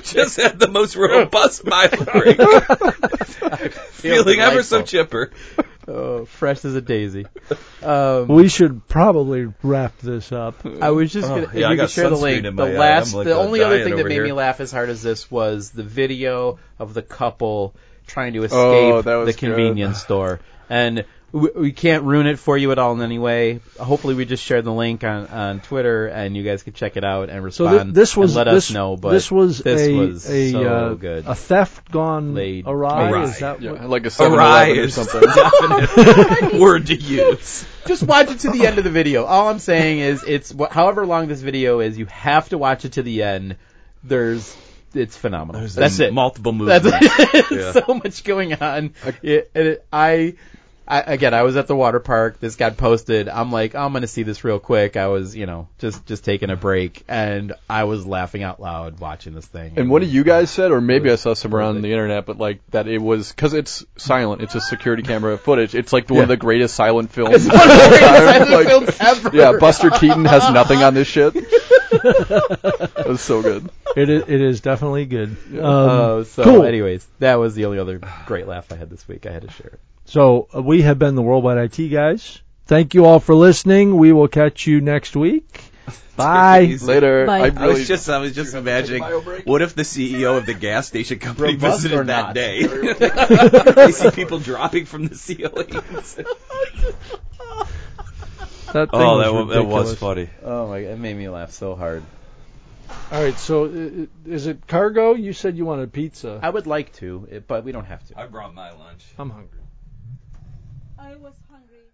Speaker 1: Just had the most robust bio break. Feeling ever so
Speaker 5: delightful.
Speaker 1: chipper.
Speaker 5: Oh, fresh as a daisy. Um,
Speaker 2: We should probably wrap this up.
Speaker 5: I was just
Speaker 4: Oh,
Speaker 5: gonna.
Speaker 4: yeah,
Speaker 5: if
Speaker 4: I
Speaker 5: you
Speaker 4: got
Speaker 5: could share the
Speaker 4: sunscreen
Speaker 5: link.
Speaker 4: in
Speaker 5: The
Speaker 4: my eye.
Speaker 5: last,
Speaker 4: I'm like
Speaker 5: the
Speaker 4: a
Speaker 5: only other
Speaker 4: diet
Speaker 5: thing that
Speaker 4: over
Speaker 5: made me
Speaker 4: here.
Speaker 5: laugh as hard as this was the video of the couple trying to escape
Speaker 3: Oh, that was
Speaker 5: the
Speaker 3: good.
Speaker 5: convenience store, and we, we can't ruin it for you at all in any way. Hopefully, we just shared the link on, on Twitter, and you guys can check it out and
Speaker 2: So
Speaker 5: respond.
Speaker 2: thi- this
Speaker 5: and
Speaker 2: was
Speaker 5: let
Speaker 2: this,
Speaker 5: us know. But
Speaker 2: this was
Speaker 5: this
Speaker 2: a,
Speaker 5: was
Speaker 2: a,
Speaker 5: so
Speaker 2: uh,
Speaker 5: good.
Speaker 2: a theft gone
Speaker 5: Laid-
Speaker 2: awry.
Speaker 4: Awry.
Speaker 2: Is that
Speaker 3: Yeah,
Speaker 2: what?
Speaker 3: like a 7
Speaker 4: Awry
Speaker 3: or
Speaker 4: is
Speaker 3: something.
Speaker 4: definite word to use.
Speaker 5: just watch it to the end of the video. All I'm saying is, it's wh- however long this video is, you have to watch it to the end. There's, it's phenomenal. That's it.
Speaker 4: Multiple movies.
Speaker 5: That's
Speaker 4: Yeah.
Speaker 5: so much going on. It, and it, I, I again, I was at the water park. This got posted. I'm like, "Oh, I'm gonna see this real quick. I was, you know, just just taking a break, and I was laughing out loud watching this thing.
Speaker 3: And what do you guys said, or maybe I saw somewhere on the internet, but like that it was because it's silent. It's just security camera footage. It's like one of the greatest silent films. of all time. Like,
Speaker 5: films ever.
Speaker 3: Yeah, Buster Keaton has nothing on this shit. that was so good.
Speaker 2: It is, it is definitely good. Um,
Speaker 5: Oh, so
Speaker 2: cool.
Speaker 5: anyways, that was the only other great laugh I had this week. I had to share it.
Speaker 2: So uh, we have been the Worldwide IT guys. Thank you all for listening. We will catch you next week. Bye.
Speaker 4: Jeez.
Speaker 3: Later,
Speaker 6: Bye.
Speaker 3: I
Speaker 4: I
Speaker 3: really
Speaker 4: was just I was just imagining what if the CEO of the gas station company
Speaker 5: Robust or
Speaker 4: visited
Speaker 5: not?
Speaker 4: that day. they see people dropping from the ceilings.
Speaker 2: That thing
Speaker 4: Oh,
Speaker 2: was
Speaker 4: that was, that was
Speaker 2: ridiculous.
Speaker 4: funny.
Speaker 5: Oh my, it made me laugh so hard.
Speaker 2: All right. So i- i- is it cargo? You said you wanted pizza.
Speaker 5: I would like to, it- but we don't have to.
Speaker 4: I brought my lunch.
Speaker 2: I'm hungry.
Speaker 6: I was hungry.